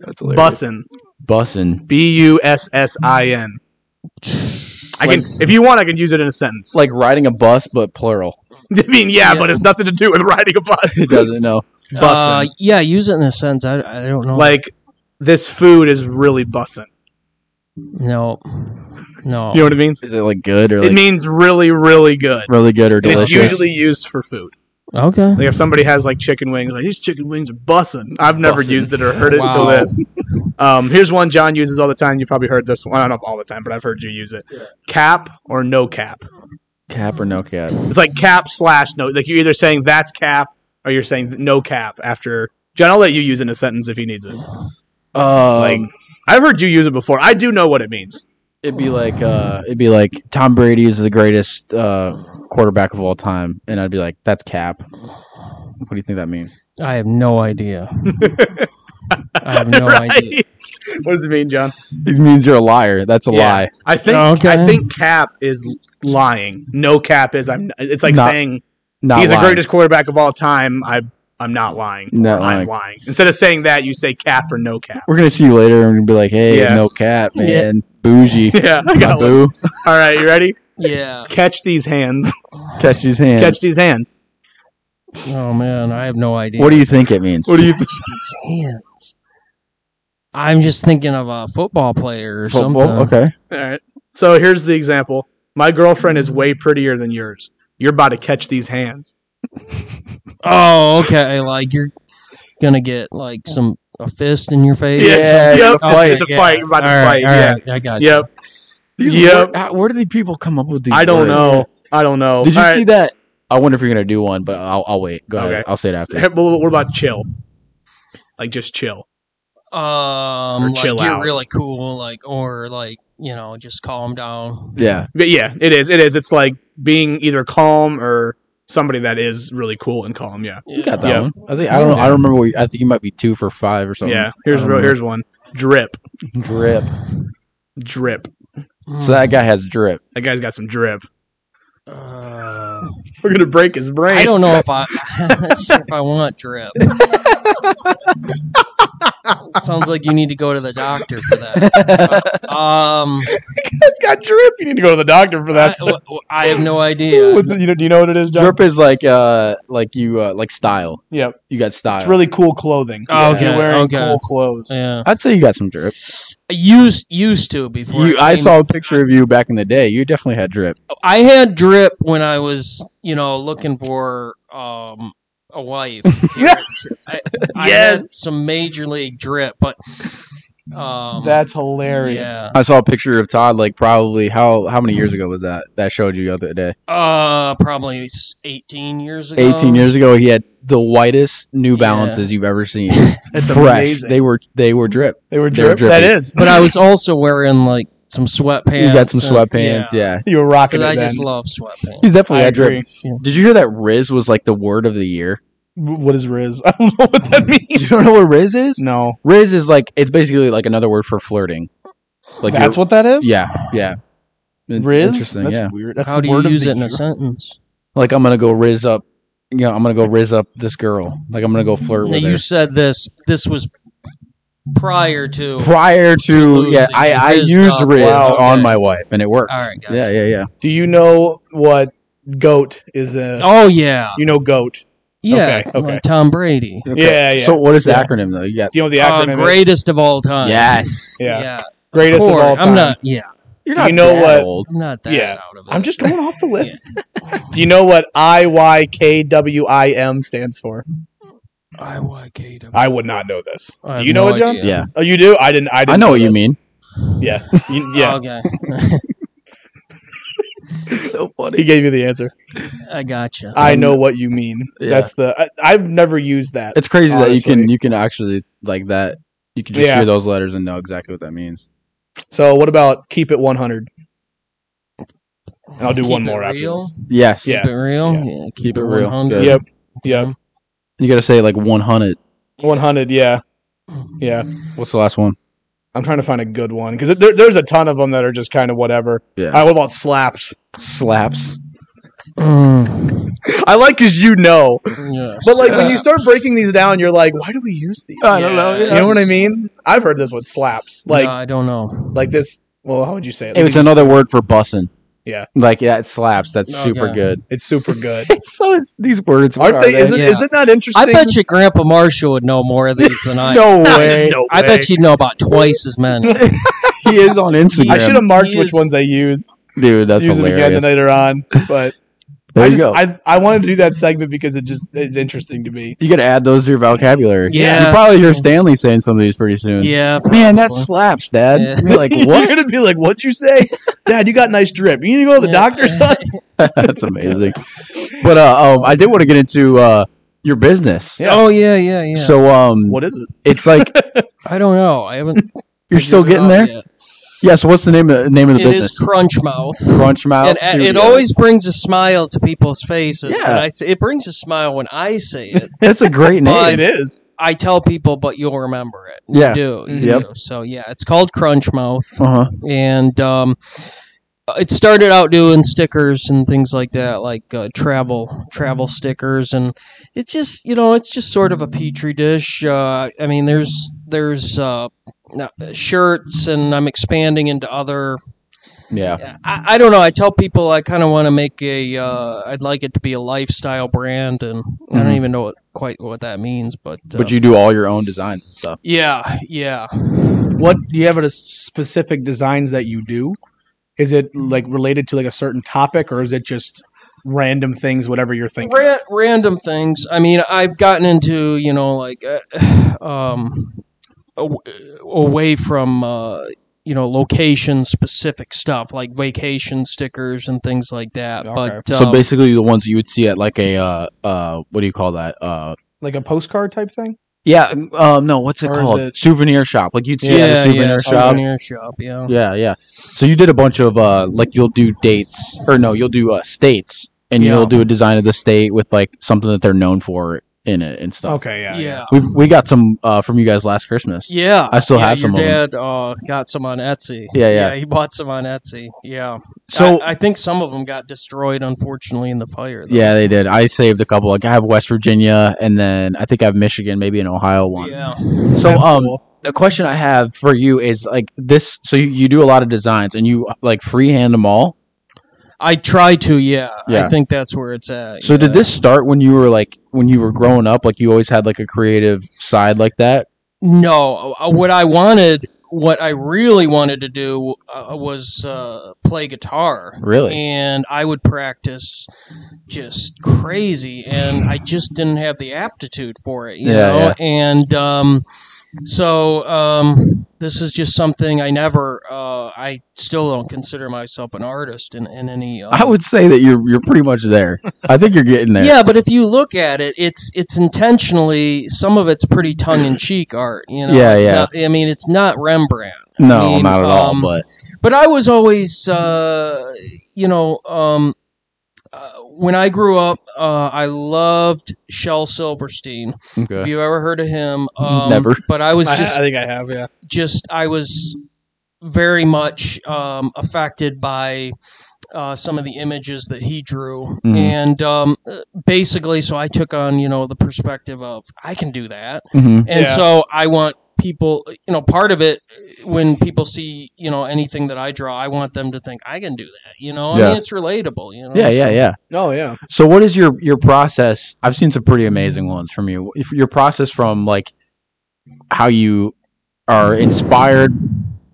Speaker 1: That's
Speaker 2: Bussin.
Speaker 1: Bussin.
Speaker 2: B u s s i n. I can, if you want, I can use it in a sentence.
Speaker 1: It's like riding a bus, but plural.
Speaker 2: I mean, yeah,
Speaker 3: Yeah.
Speaker 2: but it's nothing to do with riding a bus.
Speaker 1: It doesn't know.
Speaker 3: Uh,
Speaker 2: bussin.
Speaker 3: yeah, use it in a sense. I, I don't know.
Speaker 2: like this food is really bussin.
Speaker 3: no, no.
Speaker 2: You know what it means?
Speaker 1: Is it like good or
Speaker 2: it
Speaker 1: like
Speaker 2: means really, really good.
Speaker 1: really good or
Speaker 2: And it's
Speaker 1: delicious?
Speaker 2: usually used for food.
Speaker 3: okay.
Speaker 2: Like if somebody has like chicken wings, like these chicken wings are bussin. I've never
Speaker 1: Bussin'.
Speaker 2: used it or heard it until
Speaker 3: Wow.
Speaker 2: this. Um, here's one John uses all the time. You probably heard this one. I don't know all the time, but I've heard you use it. Cap or no cap.
Speaker 1: cap or no cap?
Speaker 2: It's like cap slash no. Like you're either saying that's cap or you're saying no cap after. John, I'll let you use it in a sentence if he needs it.
Speaker 1: Um,
Speaker 2: Like I've heard you use it before. I do know what it means.
Speaker 1: it'd be like uh, it'd be like Tom Brady is the greatest uh, quarterback of all time, and I'd be like, that's cap. What do you think that means?
Speaker 3: I have no idea. I have no
Speaker 2: right?
Speaker 3: idea.
Speaker 2: What does it mean, John?
Speaker 1: It means you're a liar. That's a
Speaker 2: Yeah.
Speaker 1: lie.
Speaker 2: I think
Speaker 3: Oh, okay.
Speaker 2: I think cap is lying. No cap is I'm. It's like
Speaker 1: Not
Speaker 2: saying
Speaker 1: Not
Speaker 2: he's
Speaker 1: lying.
Speaker 2: the greatest quarterback of all time. I I'm not lying.
Speaker 1: Not
Speaker 2: I'm
Speaker 1: lying.
Speaker 2: lying. Instead of saying that, you say cap or no cap.
Speaker 1: We're gonna see you later and be like, hey,
Speaker 2: Yeah.
Speaker 1: no cap, man, bougie.
Speaker 2: Yeah, I
Speaker 1: My
Speaker 2: got one.
Speaker 1: boo,
Speaker 2: All right, you ready?
Speaker 3: Yeah.
Speaker 2: Catch these hands.
Speaker 1: catch his hand.
Speaker 2: Catch these hands.
Speaker 3: Oh man, I have no idea.
Speaker 1: What do you think it means?
Speaker 4: What do you think?
Speaker 3: hands? I'm just thinking of a football player or something.
Speaker 1: Football? Okay.
Speaker 2: All right. So here's the example. My girlfriend is way prettier than yours. You're about to catch these hands.
Speaker 3: Oh, okay. Like you're gonna get like some a fist in your face.
Speaker 2: Yes.
Speaker 1: Yeah,
Speaker 2: Yep.
Speaker 1: it's a fight.
Speaker 2: It's a fight. You're about to
Speaker 3: All
Speaker 2: fight.
Speaker 3: right,
Speaker 2: Yeah.
Speaker 3: all right, I got you.
Speaker 2: Yep.
Speaker 1: These
Speaker 2: Yep.
Speaker 1: wor- how- where do these people come up with these?
Speaker 2: I don't
Speaker 1: words?
Speaker 2: know. I don't know.
Speaker 1: Did you
Speaker 2: All right.
Speaker 1: see that? I wonder if you're gonna do one, but I'll, I'll wait. Go ahead.
Speaker 2: Okay.
Speaker 1: I'll say it after.
Speaker 2: Hey, well, What about chill? Like just chill. Or
Speaker 3: Um, like
Speaker 2: chill
Speaker 3: you're
Speaker 2: out.
Speaker 3: really cool, like or like you know, just calm down.
Speaker 1: Yeah.
Speaker 2: But yeah, it is. It is. It's like being either calm or somebody that is really cool and calm. Yeah.
Speaker 1: You got that
Speaker 2: Yeah.
Speaker 1: one. I think I don't. know. I don't remember. What you, I think you might be two for five or something.
Speaker 2: Yeah. Here's
Speaker 1: I don't
Speaker 2: here's one. Drip.
Speaker 1: know. drip.
Speaker 2: Drip.
Speaker 3: Mm.
Speaker 1: So that guy has drip.
Speaker 2: That guy's got some drip.
Speaker 3: Uh,
Speaker 2: We're gonna break his brain.
Speaker 3: I don't know if I if I want drip. Sounds like you need to go to the doctor for that. Um,
Speaker 2: It's got drip. You need to go to the doctor for that.
Speaker 3: I, w- w- I have no idea.
Speaker 2: What's it- you know, do you know what it is, John?
Speaker 1: Drip is like uh like you uh, like style.
Speaker 2: Yep.
Speaker 1: You got style.
Speaker 2: It's really cool clothing.
Speaker 3: Oh,
Speaker 2: You're
Speaker 3: okay,
Speaker 2: wearing
Speaker 3: okay.
Speaker 2: cool clothes.
Speaker 3: Yeah,
Speaker 1: I'd say you got some drip.
Speaker 3: I used used to before.
Speaker 1: You, I
Speaker 3: came-
Speaker 1: saw a picture of you back in the day. You definitely had drip.
Speaker 3: I had drip when I was, you know, looking for um a wife. I, I had
Speaker 2: Yes.
Speaker 3: some major league drip, but um
Speaker 2: That's hilarious.
Speaker 3: yeah.
Speaker 1: I saw a picture of Todd like probably how how many years ago was that that showed you the other day?
Speaker 3: Uh probably s- 18 years ago.
Speaker 1: 18 years ago he had the whitest New
Speaker 3: Yeah.
Speaker 1: Balances you've ever seen.
Speaker 2: That's
Speaker 1: Fresh.
Speaker 2: amazing.
Speaker 1: They were they were drip.
Speaker 2: They were
Speaker 1: They were
Speaker 2: drip. that
Speaker 1: drippy.
Speaker 2: is.
Speaker 3: But I was also wearing like some sweatpants.
Speaker 1: You got some
Speaker 3: and-
Speaker 1: sweatpants, yeah.
Speaker 2: You were rocking
Speaker 3: 'Cause
Speaker 2: it
Speaker 3: I
Speaker 2: then.
Speaker 3: just love sweatpants.
Speaker 1: He's definitely
Speaker 2: I
Speaker 1: had
Speaker 2: agree.
Speaker 1: drip.
Speaker 3: Yeah.
Speaker 1: Did you hear that Riz was like the word of the year?
Speaker 2: W- What is Riz? I don't know what that means.
Speaker 1: Mm. You don't know what Riz is?
Speaker 2: No.
Speaker 1: Riz is like it's basically like another word for flirting. Like
Speaker 2: That's what that is?
Speaker 1: you're- Yeah, yeah. In-
Speaker 2: Riz?
Speaker 1: Interesting,
Speaker 2: That's
Speaker 1: yeah.
Speaker 2: weird. That's
Speaker 3: How
Speaker 2: the
Speaker 3: do
Speaker 2: word
Speaker 3: you
Speaker 2: of
Speaker 3: use
Speaker 2: the
Speaker 3: it in
Speaker 2: year.
Speaker 3: a sentence?
Speaker 1: Like I'm gonna go Riz up. You know, I'm gonna go Riz up this girl. Like I'm gonna go flirt
Speaker 3: Now
Speaker 1: with her.
Speaker 3: you said this this was prior to
Speaker 1: prior to
Speaker 3: lose
Speaker 1: yeah,
Speaker 3: it,
Speaker 1: I,
Speaker 3: you
Speaker 1: I
Speaker 3: rizzed
Speaker 1: used
Speaker 3: up.
Speaker 1: Riz
Speaker 2: Wow,
Speaker 1: on
Speaker 3: okay.
Speaker 1: my wife and it worked.
Speaker 3: All right, gotcha.
Speaker 1: Yeah, yeah, yeah.
Speaker 2: Do you know what goat is a
Speaker 3: Oh yeah.
Speaker 2: You know goat.
Speaker 3: Yeah.
Speaker 2: Okay, okay.
Speaker 3: like Tom Brady.
Speaker 2: Yeah, yeah.
Speaker 1: So what is the
Speaker 2: Yeah.
Speaker 1: acronym though? You got
Speaker 2: Do you know what the
Speaker 3: Uh,
Speaker 2: acronym is?
Speaker 3: greatest of all time.
Speaker 1: yes.
Speaker 2: Yeah.
Speaker 3: yeah.
Speaker 2: Greatest
Speaker 3: Poor.
Speaker 2: of all time.
Speaker 3: I'm not. Yeah,
Speaker 1: You're
Speaker 2: Do you know
Speaker 1: that
Speaker 2: what-
Speaker 1: old.
Speaker 3: I'm not that
Speaker 2: Yeah.
Speaker 3: out of it.
Speaker 2: I'm just going off the list. Do you know what I Y K W I M stands for?
Speaker 3: IYKW.
Speaker 2: I would not know this.
Speaker 3: I
Speaker 2: Do
Speaker 3: have
Speaker 2: you know
Speaker 3: no
Speaker 2: it, John?
Speaker 3: idea.
Speaker 1: Yeah.
Speaker 2: Oh, you do? I didn't. I, didn't
Speaker 1: I know what you
Speaker 2: this.
Speaker 1: mean.
Speaker 2: Yeah, You- yeah.
Speaker 1: Oh,
Speaker 3: Okay.
Speaker 1: so
Speaker 2: He
Speaker 1: funny.
Speaker 2: gave you the answer.
Speaker 3: I got you.
Speaker 2: I know what you mean.
Speaker 1: Yeah.
Speaker 2: That's the. I, I've never used that.
Speaker 1: It's crazy that you can
Speaker 2: Honestly.
Speaker 1: you can actually like that. You can just
Speaker 2: Yeah.
Speaker 1: hear those letters and know exactly what that means.
Speaker 2: So what about keep it 100? And I'll do one more after this.
Speaker 1: Yes.
Speaker 2: Yeah.
Speaker 3: Keep it real.
Speaker 2: Yeah.
Speaker 3: Yeah,
Speaker 1: Keep it real.
Speaker 3: 100.
Speaker 1: Good.
Speaker 2: Yep. Yep.
Speaker 1: You got to say like 100.
Speaker 2: 100. Yeah. Yeah.
Speaker 1: What's the last one?
Speaker 2: I'm trying to find a good one because there, there's a ton of them that are just kind of whatever.
Speaker 1: Yeah.
Speaker 2: All right, what about slaps?
Speaker 1: Slaps.
Speaker 3: Mm,
Speaker 2: I like because you know,
Speaker 3: yes.
Speaker 2: but like when you start breaking these down, you're like, why do we use these?
Speaker 1: I don't know,
Speaker 3: Yeah,
Speaker 1: you
Speaker 2: You know what I mean? I've heard this one slaps. Like
Speaker 3: No, I don't know.
Speaker 2: like this. Well, how would you say it?
Speaker 1: It was another word for bussing.
Speaker 2: Yeah.
Speaker 1: Like yeah, it slaps. That's
Speaker 3: Okay.
Speaker 1: super good.
Speaker 2: It's super good.
Speaker 1: It's so it's, these words what
Speaker 2: Aren't they? Is it,
Speaker 3: Yeah.
Speaker 2: is it not interesting?
Speaker 3: I bet you Grandpa Marshall would know more of these than I.
Speaker 1: no
Speaker 2: There's
Speaker 1: way.
Speaker 2: no
Speaker 3: I
Speaker 2: way.
Speaker 3: bet you'd know about twice as many.
Speaker 1: he is on Instagram.
Speaker 2: I should have marked
Speaker 3: He
Speaker 2: which
Speaker 3: is-
Speaker 2: ones I used.
Speaker 1: Dude, that's
Speaker 2: Use
Speaker 1: hilarious.
Speaker 2: it again later on. But
Speaker 1: There
Speaker 2: I
Speaker 1: you
Speaker 2: just,
Speaker 1: go.
Speaker 2: I, I wanted to do that segment because it just is interesting to me.
Speaker 1: you got to add those to your vocabulary.
Speaker 3: Yeah.
Speaker 1: You probably hear Stanley saying some of these pretty soon.
Speaker 3: Yeah.
Speaker 1: Man, that
Speaker 3: probably.
Speaker 1: slaps, Dad.
Speaker 3: Yeah.
Speaker 1: You're like, what?
Speaker 2: You're gonna be like, "What'd you say, Dad? You got nice drip. You need to go to the
Speaker 3: Yeah.
Speaker 2: doctor, son."
Speaker 1: that's amazing. But uh, um, I did want to get into uh, your business.
Speaker 2: Yeah.
Speaker 3: Oh yeah, yeah, yeah.
Speaker 1: So um,
Speaker 2: What is it?
Speaker 1: it's like
Speaker 3: I don't know. I haven't.
Speaker 1: you're still
Speaker 3: figured
Speaker 1: getting
Speaker 3: it
Speaker 1: there.
Speaker 3: out
Speaker 1: Yes.
Speaker 3: yet.
Speaker 1: Yeah, so what's the name of the name of the
Speaker 3: It is
Speaker 1: business?
Speaker 3: crunch mouth.
Speaker 1: Crunch Mouth.
Speaker 3: and and it
Speaker 1: Studios.
Speaker 3: always brings a smile to people's faces.
Speaker 1: Yeah.
Speaker 3: Yeah. I say, it brings a smile when I say it.
Speaker 1: That's a great
Speaker 3: But-
Speaker 1: name.
Speaker 2: It is.
Speaker 3: I tell people, but you'll remember it.
Speaker 1: Yeah.
Speaker 3: You do. You
Speaker 1: Yep.
Speaker 3: do. So, yeah, it's called Crunch Mouth.
Speaker 1: Uh huh.
Speaker 3: And um, it started out doing stickers and things like that, like uh, travel travel stickers. And it's just, you know, it's just sort of a petri dish. Uh, I mean, there's, there's uh, no- shirts, and I'm expanding into other
Speaker 1: Yeah.
Speaker 3: I, I don't know. I tell people I kind of want to make a. Uh, I'd like it to be a lifestyle brand, and I don't
Speaker 1: Mhm.
Speaker 3: even know what, quite what that means. But uh,
Speaker 1: But you do all your own designs and stuff.
Speaker 3: yeah, yeah.
Speaker 2: What do you have a specific designs that you do? Is it like related to like a certain topic, or is it just random things, whatever you're thinking?
Speaker 3: Ran- random things. I mean, I've gotten into you know like uh, um aw- away from uh, you know location specific stuff like vacation stickers and things like that.
Speaker 2: Okay.
Speaker 3: But
Speaker 1: so
Speaker 3: um,
Speaker 1: basically, the ones you would see at like a uh uh what do you call that uh
Speaker 2: like a postcard type thing?
Speaker 1: yeah um no what's it
Speaker 2: Or is
Speaker 1: called
Speaker 2: it-
Speaker 1: souvenir shop like you'd see at
Speaker 3: yeah,
Speaker 1: a
Speaker 3: yeah,
Speaker 1: souvenir shop
Speaker 3: souvenir shop, yeah.
Speaker 1: yeah yeah so you did a bunch of uh like you'll do dates or no you'll do uh states and
Speaker 3: Yeah.
Speaker 1: you'll do a design of the state with like something that they're known for in it and stuff.
Speaker 2: Okay, yeah,
Speaker 3: yeah.
Speaker 1: We we got some uh from you guys last Christmas.
Speaker 3: Oh, Yeah,
Speaker 1: I still
Speaker 3: yeah,
Speaker 1: have some of
Speaker 3: Your
Speaker 1: 'em.
Speaker 3: dad uh, got some on Etsy.
Speaker 1: Yeah, yeah.
Speaker 3: He bought some on Etsy. Yeah.
Speaker 1: So
Speaker 3: I, I think some of them got destroyed, unfortunately, in the fire. though.
Speaker 1: yeah, they did. I saved a couple. Like I have West Virginia, and then I think I have Michigan, maybe an Ohio one.
Speaker 3: Yeah.
Speaker 1: So
Speaker 2: That's
Speaker 1: um,
Speaker 2: cool.
Speaker 1: the question I have for you is like this. So you, you do a lot of designs, and you like freehand them all.
Speaker 3: I try to. Yeah. I
Speaker 1: Yeah.
Speaker 3: think that's where it's at.
Speaker 1: So
Speaker 3: yeah.
Speaker 1: did this start when you were like when you were growing up? Like you always had like a creative side like that.
Speaker 3: No. uh, What I wanted, what I really wanted to do, uh, was uh, play guitar.
Speaker 1: Really?
Speaker 3: And I would practice just crazy, and I just didn't have the aptitude for it, you
Speaker 1: Yeah,
Speaker 3: know.
Speaker 1: yeah.
Speaker 3: And um, so um, this is just something I never. Uh, I still don't consider myself an artist in, in any. Um,
Speaker 1: I would say that you're you're pretty much there. I think you're getting there.
Speaker 3: Yeah, but if you look at it, it's it's intentionally some of it's pretty tongue in cheek art. You know,
Speaker 1: Yeah,
Speaker 3: It's
Speaker 1: yeah.
Speaker 3: not- I mean, it's not Rembrandt.
Speaker 1: No,
Speaker 3: I mean,
Speaker 1: not at
Speaker 3: um,
Speaker 1: all. But
Speaker 3: But I was always, uh, you know, um, uh, when I grew up, uh, I loved Shel Silverstein. If you ever heard of him, um,
Speaker 1: Never.
Speaker 3: But I was
Speaker 2: I,
Speaker 3: just
Speaker 2: I think I have. Yeah,
Speaker 3: just I was very much um, affected by uh, some of the images that he drew,
Speaker 1: Mhm.
Speaker 3: and um, uh, basically, so I took on you know the perspective of I can do that,
Speaker 1: Mhm.
Speaker 3: and
Speaker 2: Yeah.
Speaker 3: so I want people you know part of it when people see you know anything that I draw, I want them to think I can do that. You know, I
Speaker 1: Yeah.
Speaker 3: mean it's relatable. You know,
Speaker 1: yeah, yeah,
Speaker 3: so-
Speaker 1: yeah.
Speaker 2: no, Oh, yeah.
Speaker 1: So what is your your process? I've seen some pretty amazing ones from you. If your process from like how you are inspired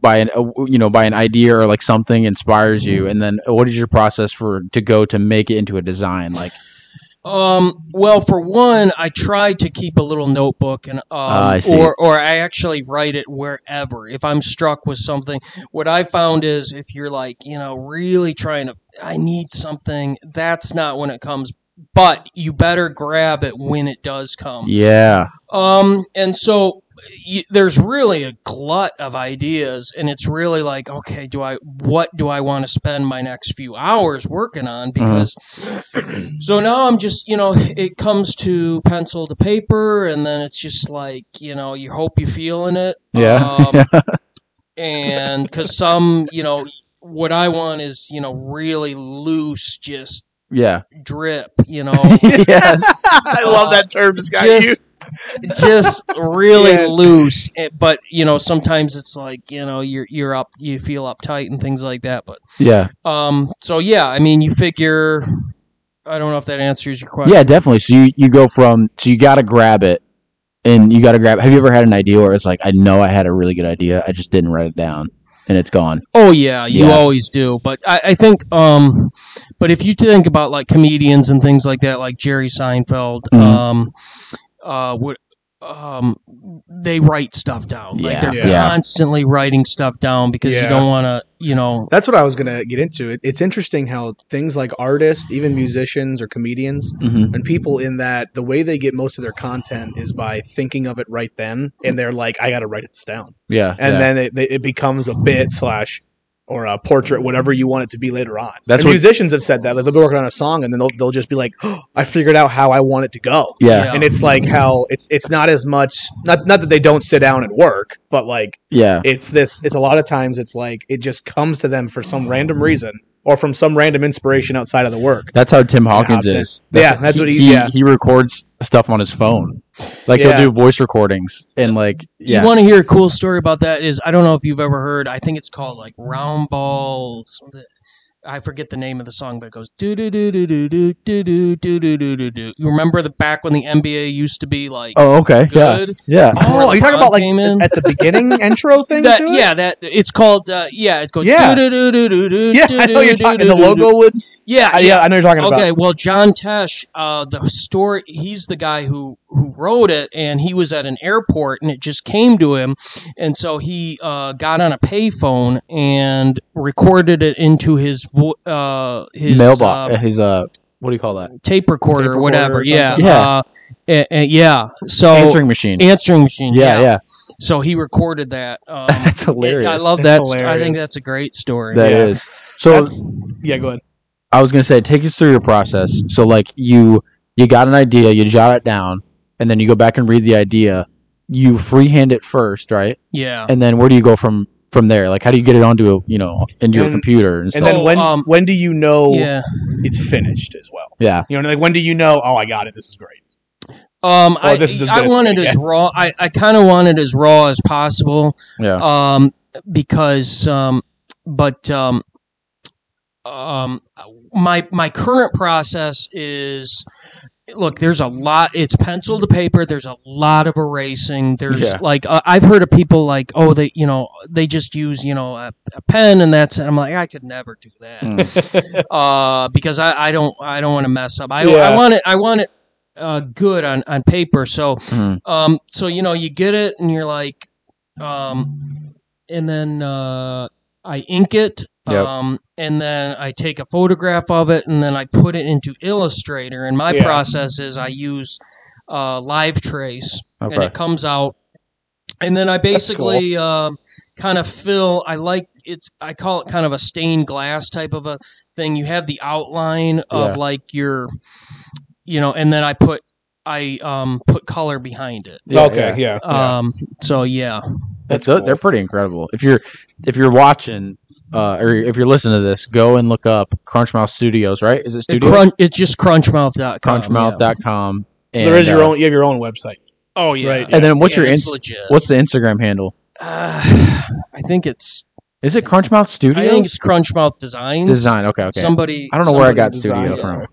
Speaker 1: by an uh, you know by an idea or like something inspires you, and then uh, what is your process for to go to make it into a design? Like
Speaker 3: Um, well, for one, I try to keep a little notebook and um,
Speaker 1: Ah, I see.
Speaker 3: or or I actually write it wherever. If I'm struck with something, what I found is if you're like, you know, really trying to I need something, that's not when it comes, but you better grab it when it does come.
Speaker 1: yeah,
Speaker 3: Um, and so y- there's really a glut of ideas, and it's really like, okay, do I what do I want to spend my next few hours working on?
Speaker 1: Mm-hmm.
Speaker 3: Because so now I'm just you know it comes to pencil to paper, and then it's just like you know you hope you're feeling it,
Speaker 1: Yeah.
Speaker 3: um, and because some you know what I want is you know really loose, just
Speaker 1: yeah,
Speaker 3: drip, you know.
Speaker 1: yes,
Speaker 2: I love that term, this guy
Speaker 3: Just-
Speaker 2: used.
Speaker 3: just really
Speaker 2: Yes.
Speaker 3: loose. Eh, But you know, sometimes it's like you know you're you're up, you feel uptight and things like that. But
Speaker 1: yeah,
Speaker 3: um, so yeah, I mean, you figure. I don't know if that answers your question.
Speaker 1: yeah, definitely. So you you go from so you got to grab it. And you got to grab. Have you ever had an idea where it's like, I know I had a really good idea, I just didn't write it down, and it's gone.
Speaker 3: Oh yeah, you
Speaker 1: Yeah.
Speaker 3: always do. But I, I think, um, but if you think about like comedians and things like that, like Jerry Seinfeld,
Speaker 1: Mhm.
Speaker 3: um, uh, would. Um, they write stuff down. Like
Speaker 1: Yeah.
Speaker 3: they're
Speaker 1: Yeah.
Speaker 3: constantly writing stuff down because you
Speaker 2: Yeah.
Speaker 3: don't want to, you know.
Speaker 2: That's what I was gonna get into. It, it's interesting how things like artists, even musicians or comedians,
Speaker 1: Mm-hmm.
Speaker 2: and people in that the way they get most of their content is by thinking of it right then, and they're like, I gotta write this down,
Speaker 1: Yeah,
Speaker 2: and
Speaker 1: yeah.
Speaker 2: then it, they, it becomes a bit slash. Or a portrait, whatever you want it to be later on.
Speaker 1: That's
Speaker 2: and
Speaker 1: what-
Speaker 2: musicians have said that. Like they'll be working on a song, and then they'll, they'll just be like, oh, "I figured out how I want it to go."
Speaker 1: yeah,
Speaker 3: Yeah.
Speaker 2: and it's like how it's it's not as much not not that they don't sit down and work but like
Speaker 1: yeah.
Speaker 2: it's this it's a lot of times it's like it just comes to them for some random reason or from some random inspiration outside of the work
Speaker 1: That's how Tim Hawkins
Speaker 2: Hobson.
Speaker 1: is.
Speaker 2: Yeah, that's what he-
Speaker 1: he,
Speaker 2: yeah.
Speaker 1: he records stuff on his phone. Like
Speaker 2: Yeah.
Speaker 1: he'll do voice recordings and like yeah.
Speaker 3: You want to hear a cool story about that? Is I don't know if you've ever heard. I think it's called like round ball. Something. I forget the name of the song, but it goes do do do do do do do do do do do do do. You remember the back when the NBA used to be like
Speaker 1: oh okay
Speaker 3: good?
Speaker 1: yeah yeah.
Speaker 2: Oh, are you talking about like
Speaker 3: Came in?
Speaker 2: at the beginning intro thing?
Speaker 3: That,
Speaker 2: to it?
Speaker 3: yeah, that it's called. Uh, yeah, it goes.
Speaker 2: Yeah.
Speaker 3: do do do do do do.
Speaker 2: yeah. I know you're talking. The logo would.
Speaker 3: Yeah,
Speaker 2: I- yeah, I know you're talking about.
Speaker 3: Okay, well, John Tesh, uh, the story, he's the guy who, who wrote it, and he was at an airport, and it just came to him. And so he uh, got on a payphone and recorded it into his vo- uh, his
Speaker 1: mailbox
Speaker 2: um,
Speaker 3: uh,
Speaker 1: his uh what do you call that
Speaker 3: tape
Speaker 2: Tape
Speaker 3: recorder
Speaker 2: recorder
Speaker 3: or whatever.
Speaker 2: or
Speaker 3: yeah.
Speaker 2: something.
Speaker 1: Yeah.
Speaker 3: Uh, a- a- yeah. So,
Speaker 2: oh,
Speaker 1: answering machine
Speaker 3: answering machine.
Speaker 1: yeah yeah,
Speaker 3: So he recorded that. Um,
Speaker 1: that's hilarious
Speaker 3: I love that.
Speaker 2: That's
Speaker 3: st- I think
Speaker 2: hilarious.
Speaker 3: that's a great story.
Speaker 1: That
Speaker 2: Yeah.
Speaker 1: is. so
Speaker 2: That's- yeah, go ahead.
Speaker 1: I was gonna say take us through your process so like you you got an idea you jot it down and then you go back and read the idea you freehand it first right
Speaker 3: yeah.
Speaker 1: and then where do you go from from there like how do you get it onto a you know into your
Speaker 2: And-
Speaker 1: computer and
Speaker 2: And
Speaker 1: stuff
Speaker 2: then when
Speaker 3: um,
Speaker 2: when do you know
Speaker 3: yeah.
Speaker 2: it's finished as well?
Speaker 1: yeah
Speaker 2: You know, like when do you know? Oh, I got it. This is great.
Speaker 3: Um,
Speaker 2: Or
Speaker 3: I,
Speaker 2: this is as good
Speaker 3: I
Speaker 2: as
Speaker 3: want it
Speaker 2: they
Speaker 3: as
Speaker 2: get.
Speaker 3: raw. I, I kind of want it as raw as possible.
Speaker 1: yeah
Speaker 3: Um, because um, but um, um, my my current process is look. There's a lot. It's pencil to paper. There's a lot of erasing. There's
Speaker 1: Yeah.
Speaker 3: like uh, I've heard of people like oh they you know they just use you know a, a pen and that's it. I'm like I could never do
Speaker 2: Oh.
Speaker 3: that
Speaker 1: Mm.
Speaker 3: uh, because I, I don't I don't want to mess up. I,
Speaker 2: Yeah.
Speaker 3: I want it I want it uh, good on, on paper. So
Speaker 1: Mm.
Speaker 3: um so you know you get it and you're like um and then uh, I ink it
Speaker 1: Yep.
Speaker 3: um and then I take a photograph of it and then I put it into Illustrator. And my
Speaker 2: Yeah.
Speaker 3: process is I use uh, Live Trace and
Speaker 1: okay
Speaker 3: it comes out. And then I basically um kind of fill. I like it's. I call it kind of a stained glass type of a thing. You have the outline of
Speaker 1: Yeah.
Speaker 3: like your, you know, and then I put I um put color behind it.
Speaker 1: Yeah,
Speaker 2: okay,
Speaker 1: yeah.
Speaker 2: yeah.
Speaker 3: Um. So yeah.
Speaker 1: That's
Speaker 2: That's
Speaker 1: they're,
Speaker 2: cool.
Speaker 1: they're pretty incredible. If you're if you're watching uh, or if you're listening to this, go and look up Crunchmouth Studios. Right? Is it
Speaker 3: It
Speaker 1: Studios?
Speaker 3: crunch, it's just crunchmouth.com. yeah.
Speaker 1: Crunchmouth.com.
Speaker 2: um, So
Speaker 1: And,
Speaker 2: there is your
Speaker 1: uh,
Speaker 2: own. You have your own website.
Speaker 3: Oh yeah.
Speaker 2: Right,
Speaker 1: And then what's
Speaker 3: Yeah,
Speaker 1: your
Speaker 3: it's
Speaker 1: ins-
Speaker 3: legit.
Speaker 1: what's the Instagram handle?
Speaker 3: Uh, I think it's
Speaker 1: Is it Crunchmouth Studios?
Speaker 3: I think it's Crunchmouth Designs.
Speaker 1: Design. Okay, okay.
Speaker 3: Somebody.
Speaker 1: I don't know where I got
Speaker 2: somebody
Speaker 1: studio
Speaker 2: designed it.
Speaker 1: from.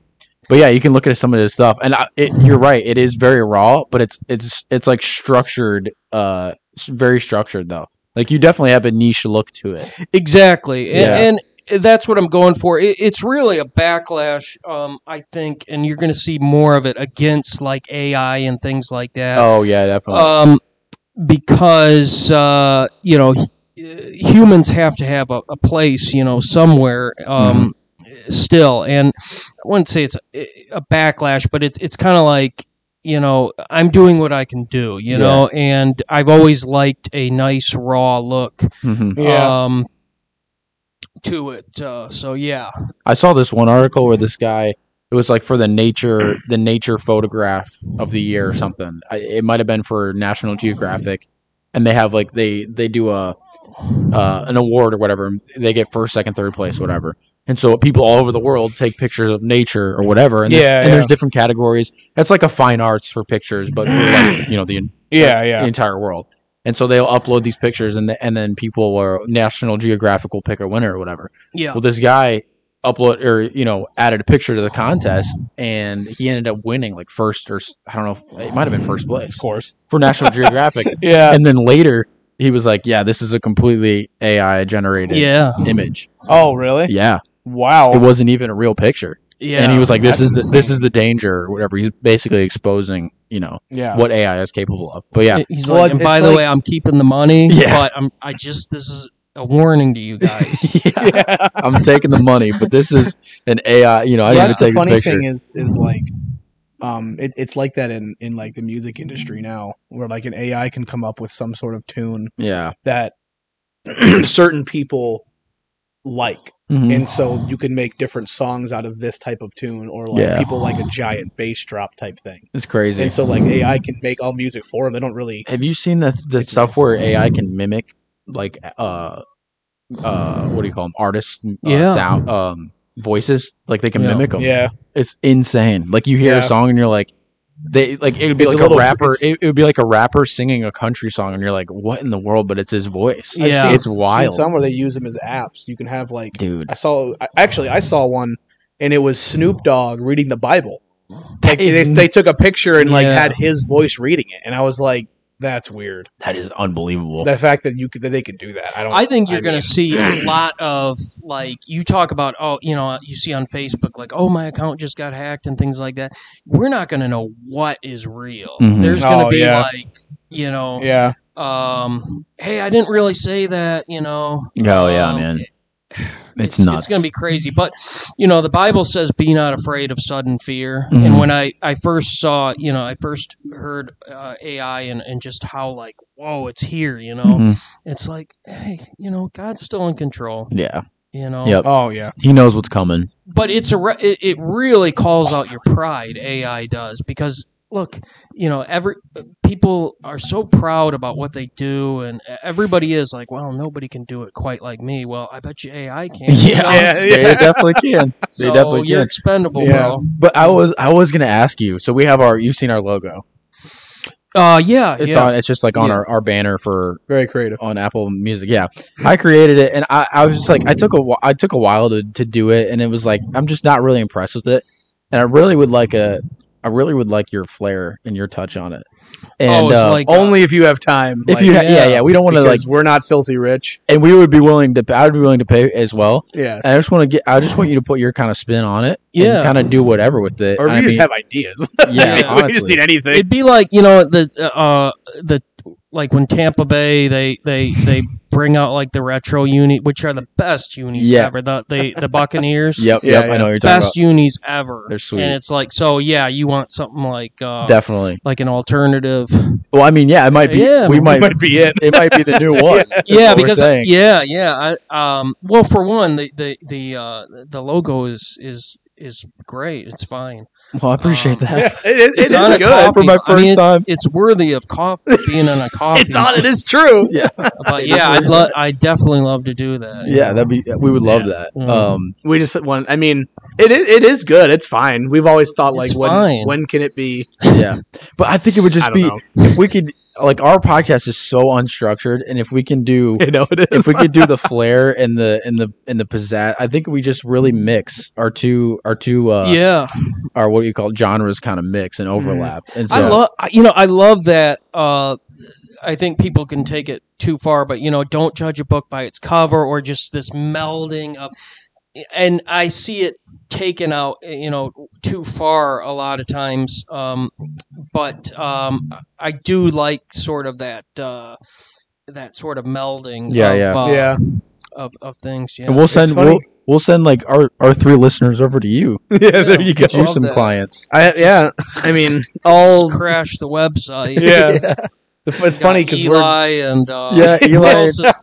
Speaker 1: But yeah, you can look at some of this stuff, and I, it, you're right. It is very raw, but it's it's it's like structured, uh, s- very structured though. Like you definitely have a niche look to it.
Speaker 3: Exactly,
Speaker 1: Yeah.
Speaker 3: and, and that's what I'm going for. It, it's really a backlash, um, I think, and you're going to see more of it against like AI and things like that,
Speaker 1: Oh yeah, definitely.
Speaker 2: Uh,
Speaker 3: um, because uh, you know h- humans have to have a, a place, you know, somewhere. Um,
Speaker 1: Mm-hmm.
Speaker 3: Still, and I wouldn't say it's a, a backlash, but it, it's kind of like you know I'm doing what I can do,
Speaker 1: Yeah.
Speaker 3: you know, and I've always liked a nice raw look
Speaker 1: Mhm.
Speaker 2: Yeah.
Speaker 3: um, to it. Uh, so yeah,
Speaker 1: I saw this one article where this guy it was like for the nature the nature photograph of the year or something. I, it might have been for National Geographic, and they have like they they do a uh, an award or whatever. and They get first, second, third place, whatever. And so people all over the world take pictures of nature or whatever. And there's,
Speaker 2: Yeah,
Speaker 1: and there's
Speaker 2: yeah.
Speaker 1: different categories. It's like a fine arts for pictures, but for like, you know the
Speaker 2: yeah,
Speaker 1: the
Speaker 2: yeah.
Speaker 1: entire world. And so they'll upload these pictures, and the, and then people or National Geographic will pick a winner or whatever.
Speaker 3: yeah.
Speaker 1: Well, this guy upload or you know added a picture to the contest, and he ended up winning like first or s- I don't know, if, it might have been first
Speaker 2: Of
Speaker 1: place
Speaker 2: course.
Speaker 1: for National Geographic.
Speaker 2: Yeah.
Speaker 1: And then later, he was like, "Yeah, this is a completely AI generated
Speaker 3: yeah,
Speaker 1: image.
Speaker 2: Oh, really?
Speaker 1: Yeah, it
Speaker 2: Wow.
Speaker 1: wasn't even a real picture."
Speaker 3: yeah.
Speaker 1: And he was like, "This is
Speaker 2: That's
Speaker 1: the, this
Speaker 2: insane.
Speaker 1: is the danger or whatever." He's basically exposing you know
Speaker 2: Yeah.
Speaker 1: what AI is capable of. But yeah,
Speaker 3: he's
Speaker 2: Well,
Speaker 3: like, and
Speaker 2: it's
Speaker 3: by the
Speaker 2: like-
Speaker 3: way, I'm keeping the money,
Speaker 1: Yeah.
Speaker 3: but I'm, I just this is a warning to you guys.
Speaker 1: yeah,
Speaker 2: Yeah.
Speaker 1: I'm taking the money, but this is an AI. You know, I
Speaker 2: Well,
Speaker 1: didn't even
Speaker 2: that's the
Speaker 1: take this
Speaker 2: funny
Speaker 1: picture.
Speaker 2: thing is is like um it, it's like that in in like the music industry now where like an ai can come up with some sort of tune
Speaker 1: yeah.
Speaker 2: that certain people like
Speaker 1: Mhm.
Speaker 2: and so you can make different songs out of this type of tune or like
Speaker 1: Yeah.
Speaker 2: people like a giant bass drop type thing
Speaker 1: It's crazy.
Speaker 2: and so like ai can make all music for them they don't really
Speaker 1: Have you seen the the
Speaker 2: It's
Speaker 1: stuff
Speaker 2: amazing.
Speaker 1: where AI can mimic like uh uh what do you call them artists uh,
Speaker 3: Yeah.
Speaker 1: sound um voices like they can
Speaker 3: Yeah.
Speaker 1: mimic 'em. mimic them.
Speaker 2: yeah
Speaker 1: It's insane. Like you hear
Speaker 2: Yeah.
Speaker 1: a song and you're like, They like it would be
Speaker 2: It's a
Speaker 1: like a,
Speaker 2: little-
Speaker 1: rapper.
Speaker 2: it's-
Speaker 1: It, it would be like a rapper singing a country song, and you're like, "What in the world?" But it's his voice.
Speaker 3: I've Yeah. seen-
Speaker 1: it's wild,
Speaker 2: Some where they use them as apps. You can have like
Speaker 1: dude.
Speaker 2: I saw I- actually I saw one and it was Snoop Dogg reading the Bible. Like,
Speaker 1: That
Speaker 2: they,
Speaker 1: is
Speaker 2: they took a picture and like
Speaker 3: Yeah.
Speaker 2: had his voice reading it, and I was like, "That's weird."
Speaker 1: that is unbelievable.
Speaker 2: The fact that you could, that they can do that, I don't.
Speaker 3: I think you're going
Speaker 2: mean,
Speaker 3: to see a lot of like you talk about oh you know you see on Facebook like oh my account just got hacked and things like that. We're not going to know what is real.
Speaker 1: Mhm.
Speaker 3: There's going to
Speaker 2: Oh,
Speaker 3: be
Speaker 2: yeah.
Speaker 3: like you know
Speaker 2: Yeah,
Speaker 3: um hey I didn't really say that you know.
Speaker 1: oh yeah,
Speaker 3: um,
Speaker 1: man. It's,
Speaker 3: It's,
Speaker 1: nuts.
Speaker 3: It's going to be crazy, but you know the Bible says, "Be not afraid of sudden fear."
Speaker 1: Mhm.
Speaker 3: And when I I first saw, you know, I first heard uh, AI and and just how like whoa, it's here. You know,
Speaker 1: Mhm.
Speaker 3: it's like hey, you know, God's still in control.
Speaker 1: Yeah,
Speaker 3: You know,
Speaker 1: Yep.
Speaker 2: Oh yeah.
Speaker 1: he knows what's coming.
Speaker 3: but it's a re- it, it really calls out your pride ai does because look you know every people are so proud about what they do and e, everybody is like well nobody can do it quite like me well i bet you ai can you know?
Speaker 2: Yeah,
Speaker 1: they
Speaker 2: yeah.
Speaker 1: definitely can.
Speaker 3: so
Speaker 1: definitely
Speaker 3: you're
Speaker 1: can.
Speaker 3: expendable
Speaker 2: Yeah.
Speaker 3: bro
Speaker 1: But I was I was gonna ask you. So we have our you've seen our logo.
Speaker 3: uh yeah
Speaker 1: It's
Speaker 3: yeah
Speaker 1: on. It's just like on
Speaker 2: Yeah.
Speaker 1: our, our banner for
Speaker 2: Very creative.
Speaker 1: on Apple Music. Yeah, I created it, and I, I was just like I took a wh- I took a while to to do it, and it was like I'm just not really impressed with it, and I really would like a I really would like your flair and your touch on it. And
Speaker 3: Oh, it's
Speaker 1: uh,
Speaker 3: like-
Speaker 2: Only if you have time.
Speaker 1: if
Speaker 2: like,
Speaker 1: you ha- yeah
Speaker 3: yeah,
Speaker 1: yeah we don't want to like
Speaker 2: because we're not filthy rich.
Speaker 1: and we would be willing to I would be willing to pay as well.
Speaker 2: Yes.
Speaker 1: And I just want to get I just want you to put your kind of spin on it.
Speaker 3: Yeah.
Speaker 1: kind of do whatever with it.
Speaker 2: or we
Speaker 1: I
Speaker 2: just
Speaker 1: mean,
Speaker 2: have ideas.
Speaker 1: yeah,
Speaker 3: Yeah.
Speaker 2: we just
Speaker 1: honestly.
Speaker 2: need anything.
Speaker 3: it'd be like you know the uh the like when tampa bay they they they bring out like the retro uni which are the best unis
Speaker 1: Yeah.
Speaker 3: ever the they, the buccaneers
Speaker 1: Yep,
Speaker 2: Yeah,
Speaker 1: yep. I
Speaker 2: yeah.
Speaker 1: know what you're talking
Speaker 3: best unis ever.
Speaker 1: They're sweet.
Speaker 3: and it's like so. Yeah, you want something like uh,
Speaker 1: about. Definitely.
Speaker 3: like an alternative.
Speaker 1: Well, I mean, yeah, it might be.
Speaker 3: Yeah,
Speaker 1: we
Speaker 3: we
Speaker 1: might.
Speaker 2: might be it.
Speaker 1: It might be the new one. That's
Speaker 3: yeah,
Speaker 1: what we're
Speaker 3: because
Speaker 1: saying.
Speaker 3: yeah, yeah. I, um, well, for one, the the the uh, the logo is is is great. It's fine.
Speaker 1: Well, I appreciate
Speaker 3: Um,
Speaker 1: that.
Speaker 2: Yeah, it is, it
Speaker 3: It's on
Speaker 2: is
Speaker 3: a
Speaker 2: good.
Speaker 1: For my
Speaker 3: I mean,
Speaker 1: first
Speaker 3: it's-
Speaker 1: time.
Speaker 3: It's worthy of coffee being on a coffee.
Speaker 2: It's on. It is true.
Speaker 3: But yeah, I'd lo- I definitely love to do that.
Speaker 1: Yeah, that'd be. We would love that.
Speaker 3: Mhm.
Speaker 1: Um,
Speaker 2: We just want. I mean, it is. It is good. It's fine. We've always thought like
Speaker 3: It's
Speaker 2: when
Speaker 3: fine.
Speaker 2: when can it be?
Speaker 1: yeah, but I think it would
Speaker 2: I
Speaker 1: just
Speaker 2: don't
Speaker 1: be
Speaker 2: know.
Speaker 1: if we could like our podcast is so unstructured, and if we can do
Speaker 2: You know it is.
Speaker 1: if we could do the flair and the and the and the pizzazz, I think we just really mix our two our two uh
Speaker 3: yeah,
Speaker 1: our what do you call it, genres kind of mix and overlap. And so,
Speaker 3: I love you know I love that. Uh, I think people can take it too far, but you know, don't judge a book by its cover or just this melding of. And I see it taken out, you know, too far a lot of times. Um, but um, I do like sort of that uh, that sort of melding.
Speaker 1: Yeah,
Speaker 3: of,
Speaker 1: yeah.
Speaker 3: uh,
Speaker 2: yeah.
Speaker 3: Of, of things. Yeah.
Speaker 1: and we'll send
Speaker 2: funny.
Speaker 1: we'll, we'll send like our our three listeners over to you.
Speaker 2: yeah. There you go.
Speaker 1: Get you
Speaker 3: Love
Speaker 1: some
Speaker 3: that.
Speaker 1: clients.
Speaker 2: I, yeah. I mean,
Speaker 3: Just
Speaker 2: all.
Speaker 3: crash the website.
Speaker 2: Yes. It's
Speaker 3: Got
Speaker 2: funny because we're.
Speaker 3: Eli and uh,
Speaker 1: Yeah,
Speaker 3: who
Speaker 1: Eli-
Speaker 3: else is-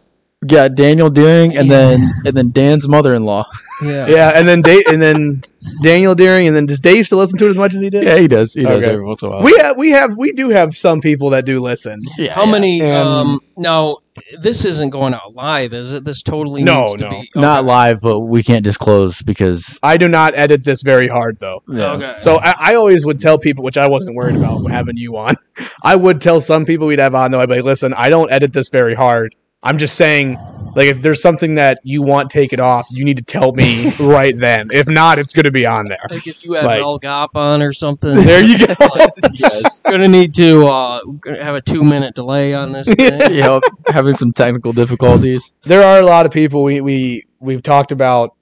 Speaker 1: Yeah, Daniel Deering, and
Speaker 3: Yeah.
Speaker 1: then and then Dan's mother-in-law.
Speaker 3: yeah.
Speaker 2: Yeah, and then Dave, and then Daniel Deering, and then does Dave still listen to it as much as he did?
Speaker 1: Yeah, he does. He does
Speaker 2: Okay.
Speaker 1: every once in a while.
Speaker 2: We have, we have, we do have some people that do listen.
Speaker 1: yeah,
Speaker 3: How
Speaker 1: yeah.
Speaker 3: many?
Speaker 2: And-
Speaker 3: um, now, this isn't going out live, is it? This totally
Speaker 2: No,
Speaker 3: needs
Speaker 2: no.
Speaker 3: to be
Speaker 1: Not live, but we can't disclose because
Speaker 2: I do not edit this very hard though.
Speaker 1: yeah.
Speaker 3: Okay.
Speaker 2: So I, I always would tell people, which I wasn't worried about having you on. I would tell some people we'd have on though. I'd be like, listen, I don't edit this very hard. I'm just saying, like, if there's something that you want taken off, you need to tell me right then. If not, it's going to be on there.
Speaker 3: like if you had
Speaker 2: like-
Speaker 3: Mel Gop on or something,
Speaker 2: There you go.
Speaker 3: like,
Speaker 1: yes.
Speaker 3: gonna need to uh, gonna have a two-minute delay on this thing.
Speaker 1: yeah, having some technical difficulties.
Speaker 2: There are a lot of people we we we've talked about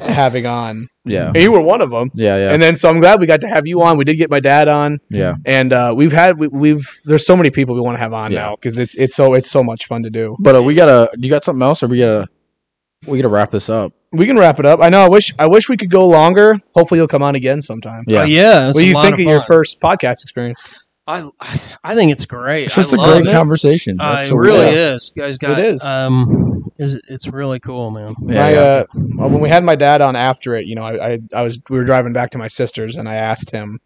Speaker 2: having on.
Speaker 1: Yeah,
Speaker 2: And you were one of them.
Speaker 1: yeah, yeah,
Speaker 2: And then so I'm glad we got to have you on. We did get my dad on,
Speaker 1: yeah.
Speaker 2: and uh, we've had we, we've there's so many people we want to have on
Speaker 1: Yeah.
Speaker 2: now because it's it's so it's so much fun to do.
Speaker 1: But uh, we gotta. You got something else, or we gotta? We gotta wrap this up.
Speaker 2: We can wrap it up. I know. I wish. I wish we could go longer. Hopefully, you'll come on again sometime.
Speaker 1: Yeah.
Speaker 3: Uh, yeah. it's
Speaker 2: What
Speaker 3: a
Speaker 2: do you
Speaker 3: lot
Speaker 2: think
Speaker 3: of
Speaker 2: of, your
Speaker 3: fun.
Speaker 2: first podcast experience?
Speaker 3: I I think it's great.
Speaker 1: It's just
Speaker 3: I
Speaker 1: a
Speaker 3: love
Speaker 1: great
Speaker 3: it.
Speaker 1: conversation. That's
Speaker 3: Uh, it
Speaker 1: the
Speaker 3: really
Speaker 1: way-
Speaker 3: is. You guys got
Speaker 2: It is.
Speaker 3: Um, is it's really cool, man.
Speaker 1: Yeah,
Speaker 2: my,
Speaker 1: yeah.
Speaker 2: Uh, when we had my dad on after it, you know, I, I I was we were driving back to my sister's, and I asked him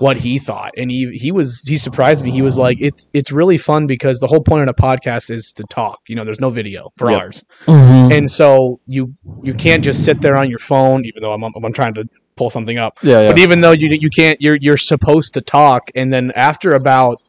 Speaker 2: what he thought, and he he was he surprised me. He was like, "It's it's really fun because the whole point of a podcast is to talk. You know, there's no video for
Speaker 1: Yep.
Speaker 2: ours, and so you you can't just sit there on your phone. Even though I'm I'm, I'm trying to pull something up.
Speaker 1: Yeah, yeah.
Speaker 2: But even though you you can't, you're you're supposed to talk, and then after about,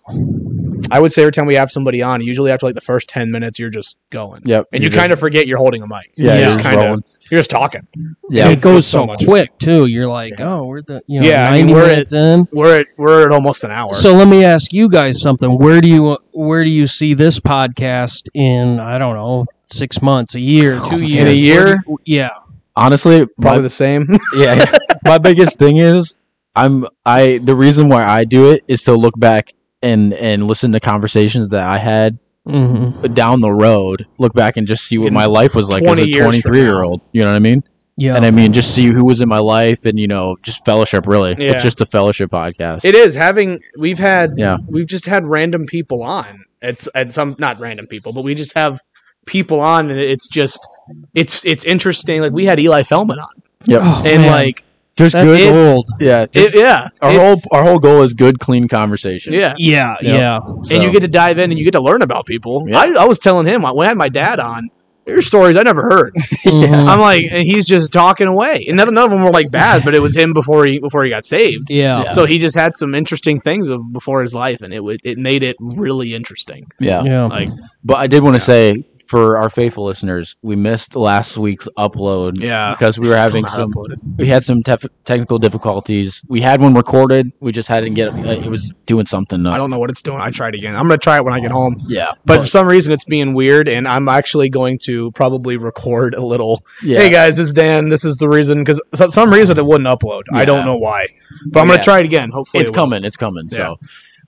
Speaker 2: I would say every time we have somebody on, usually after like the first ten minutes, you're just going,
Speaker 1: yep.
Speaker 2: and you kind of forget you're holding a mic.
Speaker 1: yeah, you're
Speaker 2: you're
Speaker 3: yeah.
Speaker 2: just
Speaker 1: just
Speaker 2: kind of
Speaker 1: rolling.
Speaker 2: you're just talking.
Speaker 1: yeah.
Speaker 3: it goes
Speaker 2: it's so
Speaker 3: so,
Speaker 2: much.
Speaker 3: quick too. You're like, oh, we're the you know,
Speaker 2: Yeah, I mean,
Speaker 3: 90
Speaker 2: we're at-
Speaker 3: minutes in.
Speaker 2: We're at we're at almost an hour.
Speaker 3: So let me ask you guys something. Where do you where do you see this podcast in? I don't know, six months, a year, two years,
Speaker 2: Oh, in a
Speaker 3: Where
Speaker 2: year,
Speaker 3: do you- yeah.
Speaker 1: Honestly,
Speaker 2: probably
Speaker 1: my,
Speaker 2: the same.
Speaker 1: yeah. yeah. My biggest thing is I'm I the reason why I do it is to look back and and listen to conversations that I had
Speaker 3: Mm-hmm.
Speaker 1: down the road. Look back and just see what
Speaker 2: In
Speaker 1: my life was like as
Speaker 2: 20
Speaker 1: a
Speaker 2: years from
Speaker 1: 23 year old. You know what I mean?
Speaker 3: Yeah.
Speaker 1: And I mean, just see who was in my life and, you know, just fellowship, really.
Speaker 2: Yeah.
Speaker 1: It's just a fellowship podcast.
Speaker 2: It is having we've had
Speaker 1: Yeah.
Speaker 2: we've just had random people on. It's at some not random people, but we just have people on, and it's just it's it's interesting. Like we had Eli Feldman on,
Speaker 1: Yep.
Speaker 3: Oh,
Speaker 2: and
Speaker 3: man.
Speaker 2: like
Speaker 1: just
Speaker 3: that's
Speaker 1: good
Speaker 2: it's-
Speaker 1: old. Yeah.
Speaker 2: it,
Speaker 1: just-
Speaker 2: yeah,
Speaker 1: our whole
Speaker 2: it's-
Speaker 1: our whole goal is good, clean conversation.
Speaker 2: yeah.
Speaker 3: yeah,
Speaker 1: Yeah.
Speaker 3: yeah.
Speaker 1: So-
Speaker 2: And you get to dive in and you get to learn about people.
Speaker 1: Yeah.
Speaker 2: I, I was telling him when I had my dad on, there's stories I never heard.
Speaker 3: Mhm.
Speaker 2: I'm like, and he's just talking away, and none, none of them were like bad, but it was him before he before he got saved.
Speaker 3: yeah.
Speaker 2: So he just had some interesting things of before his life, and it would it made it really interesting.
Speaker 1: yeah.
Speaker 3: Yeah.
Speaker 2: Like
Speaker 1: But I did want to say for our faithful listeners, we missed last week's upload
Speaker 2: yeah,
Speaker 1: Mm-hmm. because we were
Speaker 2: Still
Speaker 1: having
Speaker 2: not
Speaker 1: some
Speaker 2: uploaded.
Speaker 1: we had some tef- technical difficulties. We had one recorded, we just hadn't get uh, it was doing something. uh,
Speaker 2: I don't know what it's doing. I tried again. I'm gonna try it when I get home.
Speaker 1: Yeah.
Speaker 2: But for some reason, it's being weird, and I'm actually going to probably record a little.
Speaker 1: yeah.
Speaker 2: Hey guys, this is Dan. This is the reason because for some reason it wouldn't upload. I don't
Speaker 1: Yeah.
Speaker 2: know why, but I'm gonna
Speaker 1: Yeah.
Speaker 2: try it again. Hopefully,
Speaker 1: it's
Speaker 2: it will.
Speaker 1: coming, it's coming. So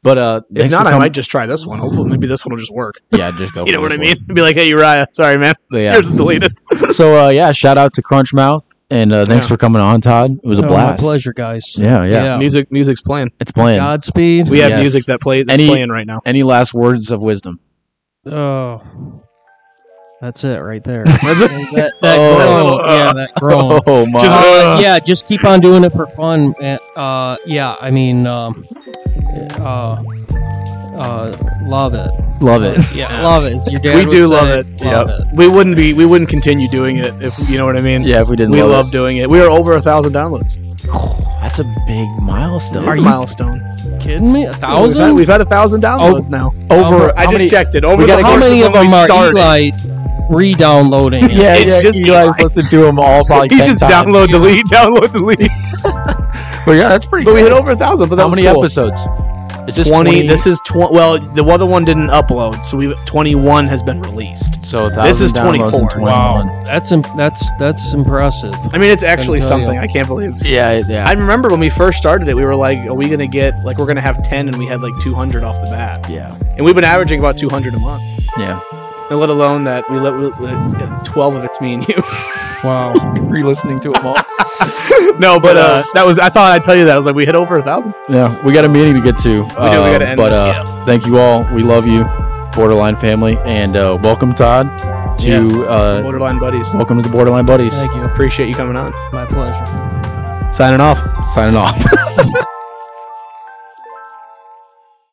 Speaker 1: but uh
Speaker 2: If
Speaker 1: thanks
Speaker 2: not,
Speaker 1: for
Speaker 2: I
Speaker 1: coming-
Speaker 2: might just try this one. Hopefully, maybe this one will just work.
Speaker 1: Yeah, just go.
Speaker 2: You know
Speaker 1: for
Speaker 2: what I
Speaker 1: this
Speaker 2: mean?
Speaker 1: one.
Speaker 2: Be like, hey, Uriah, sorry, man.
Speaker 1: But yeah.
Speaker 2: Here's deleted.
Speaker 1: so uh, yeah, shout out to Crunchmouth and uh, thanks
Speaker 2: Yeah.
Speaker 1: for coming on, Todd. It was a
Speaker 3: Oh,
Speaker 1: blast.
Speaker 3: My pleasure, guys.
Speaker 1: Yeah, yeah,
Speaker 3: Yeah.
Speaker 2: Music, music's playing.
Speaker 1: It's playing.
Speaker 3: Godspeed.
Speaker 2: We have
Speaker 1: Yes.
Speaker 2: music that play that's
Speaker 1: Any-
Speaker 2: playing right now.
Speaker 1: Any last words of wisdom?
Speaker 3: Oh, that's it right there.
Speaker 2: That's it.
Speaker 3: that that
Speaker 1: Oh.
Speaker 3: groan, yeah, that groan.
Speaker 1: Oh my!
Speaker 2: Just-
Speaker 3: Uh,
Speaker 2: Uh.
Speaker 3: yeah, just keep on doing it for fun. man. Uh, yeah, I mean, um, uh, uh, love it.
Speaker 1: love it.
Speaker 3: Yeah, love it. It's your dad
Speaker 2: we
Speaker 3: would
Speaker 2: do
Speaker 3: say,
Speaker 2: love it.
Speaker 3: Love
Speaker 2: Yep. We wouldn't be. We wouldn't continue doing it if you know what I mean.
Speaker 1: Yeah, if we didn't,
Speaker 2: we
Speaker 1: love,
Speaker 2: love doing it. We are over a thousand downloads.
Speaker 1: it. That's a big milestone.
Speaker 2: It's a milestone.
Speaker 3: it. Kidding me? A
Speaker 2: We've had,
Speaker 3: thousand?
Speaker 2: we've had a thousand downloads now.
Speaker 1: over?
Speaker 2: I
Speaker 1: how
Speaker 2: just
Speaker 1: many-
Speaker 2: checked it. Over
Speaker 1: we
Speaker 2: the
Speaker 1: gotta
Speaker 2: course
Speaker 3: How many of
Speaker 2: when
Speaker 3: them
Speaker 2: we
Speaker 3: are
Speaker 2: started.
Speaker 3: Eli re-downloading? it?
Speaker 1: Yeah,
Speaker 2: It's
Speaker 1: yeah.
Speaker 2: just
Speaker 1: Just you guys listen to them all probably.
Speaker 2: He
Speaker 1: 10
Speaker 2: just
Speaker 1: times.
Speaker 2: download, delete, download, delete.
Speaker 1: But yeah, that's pretty.
Speaker 2: But we
Speaker 1: cool.
Speaker 2: hit over a thousand. But that
Speaker 1: how
Speaker 2: was
Speaker 1: many
Speaker 2: cool.
Speaker 1: episodes? Is this
Speaker 2: 20,
Speaker 1: 20,
Speaker 2: This is twenty. Well, the other one didn't upload, so we twenty-one has been released.
Speaker 1: so
Speaker 2: this is 24.
Speaker 3: Wow, that's im- that's that's impressive.
Speaker 2: I mean, it's actually
Speaker 3: tell you.
Speaker 2: something I can't believe.
Speaker 1: Yeah, yeah.
Speaker 2: I remember when we first started it, we were like, "Are we gonna get like we're gonna have ten?" And we had like two hundred off the bat,
Speaker 1: yeah.
Speaker 2: and we've been averaging about two hundred a month.
Speaker 1: Yeah.
Speaker 2: And let alone that we let we- uh, twelve of it's me and you
Speaker 3: Wow.
Speaker 2: re-listening to them all. no, but uh, that was I thought I'd tell you that I was like we hit over a thousand.
Speaker 1: Yeah, we got a meeting to get to. We
Speaker 2: do, we gotta end
Speaker 1: but
Speaker 2: this,
Speaker 1: uh, thank you all. We love you, borderline family, and uh, welcome Todd to
Speaker 2: Yes.
Speaker 1: uh,
Speaker 2: Borderline buddies,
Speaker 1: welcome to the borderline buddies.
Speaker 3: Thank you.
Speaker 2: appreciate you coming on.
Speaker 3: My pleasure.
Speaker 2: Signing off.
Speaker 1: Signing off.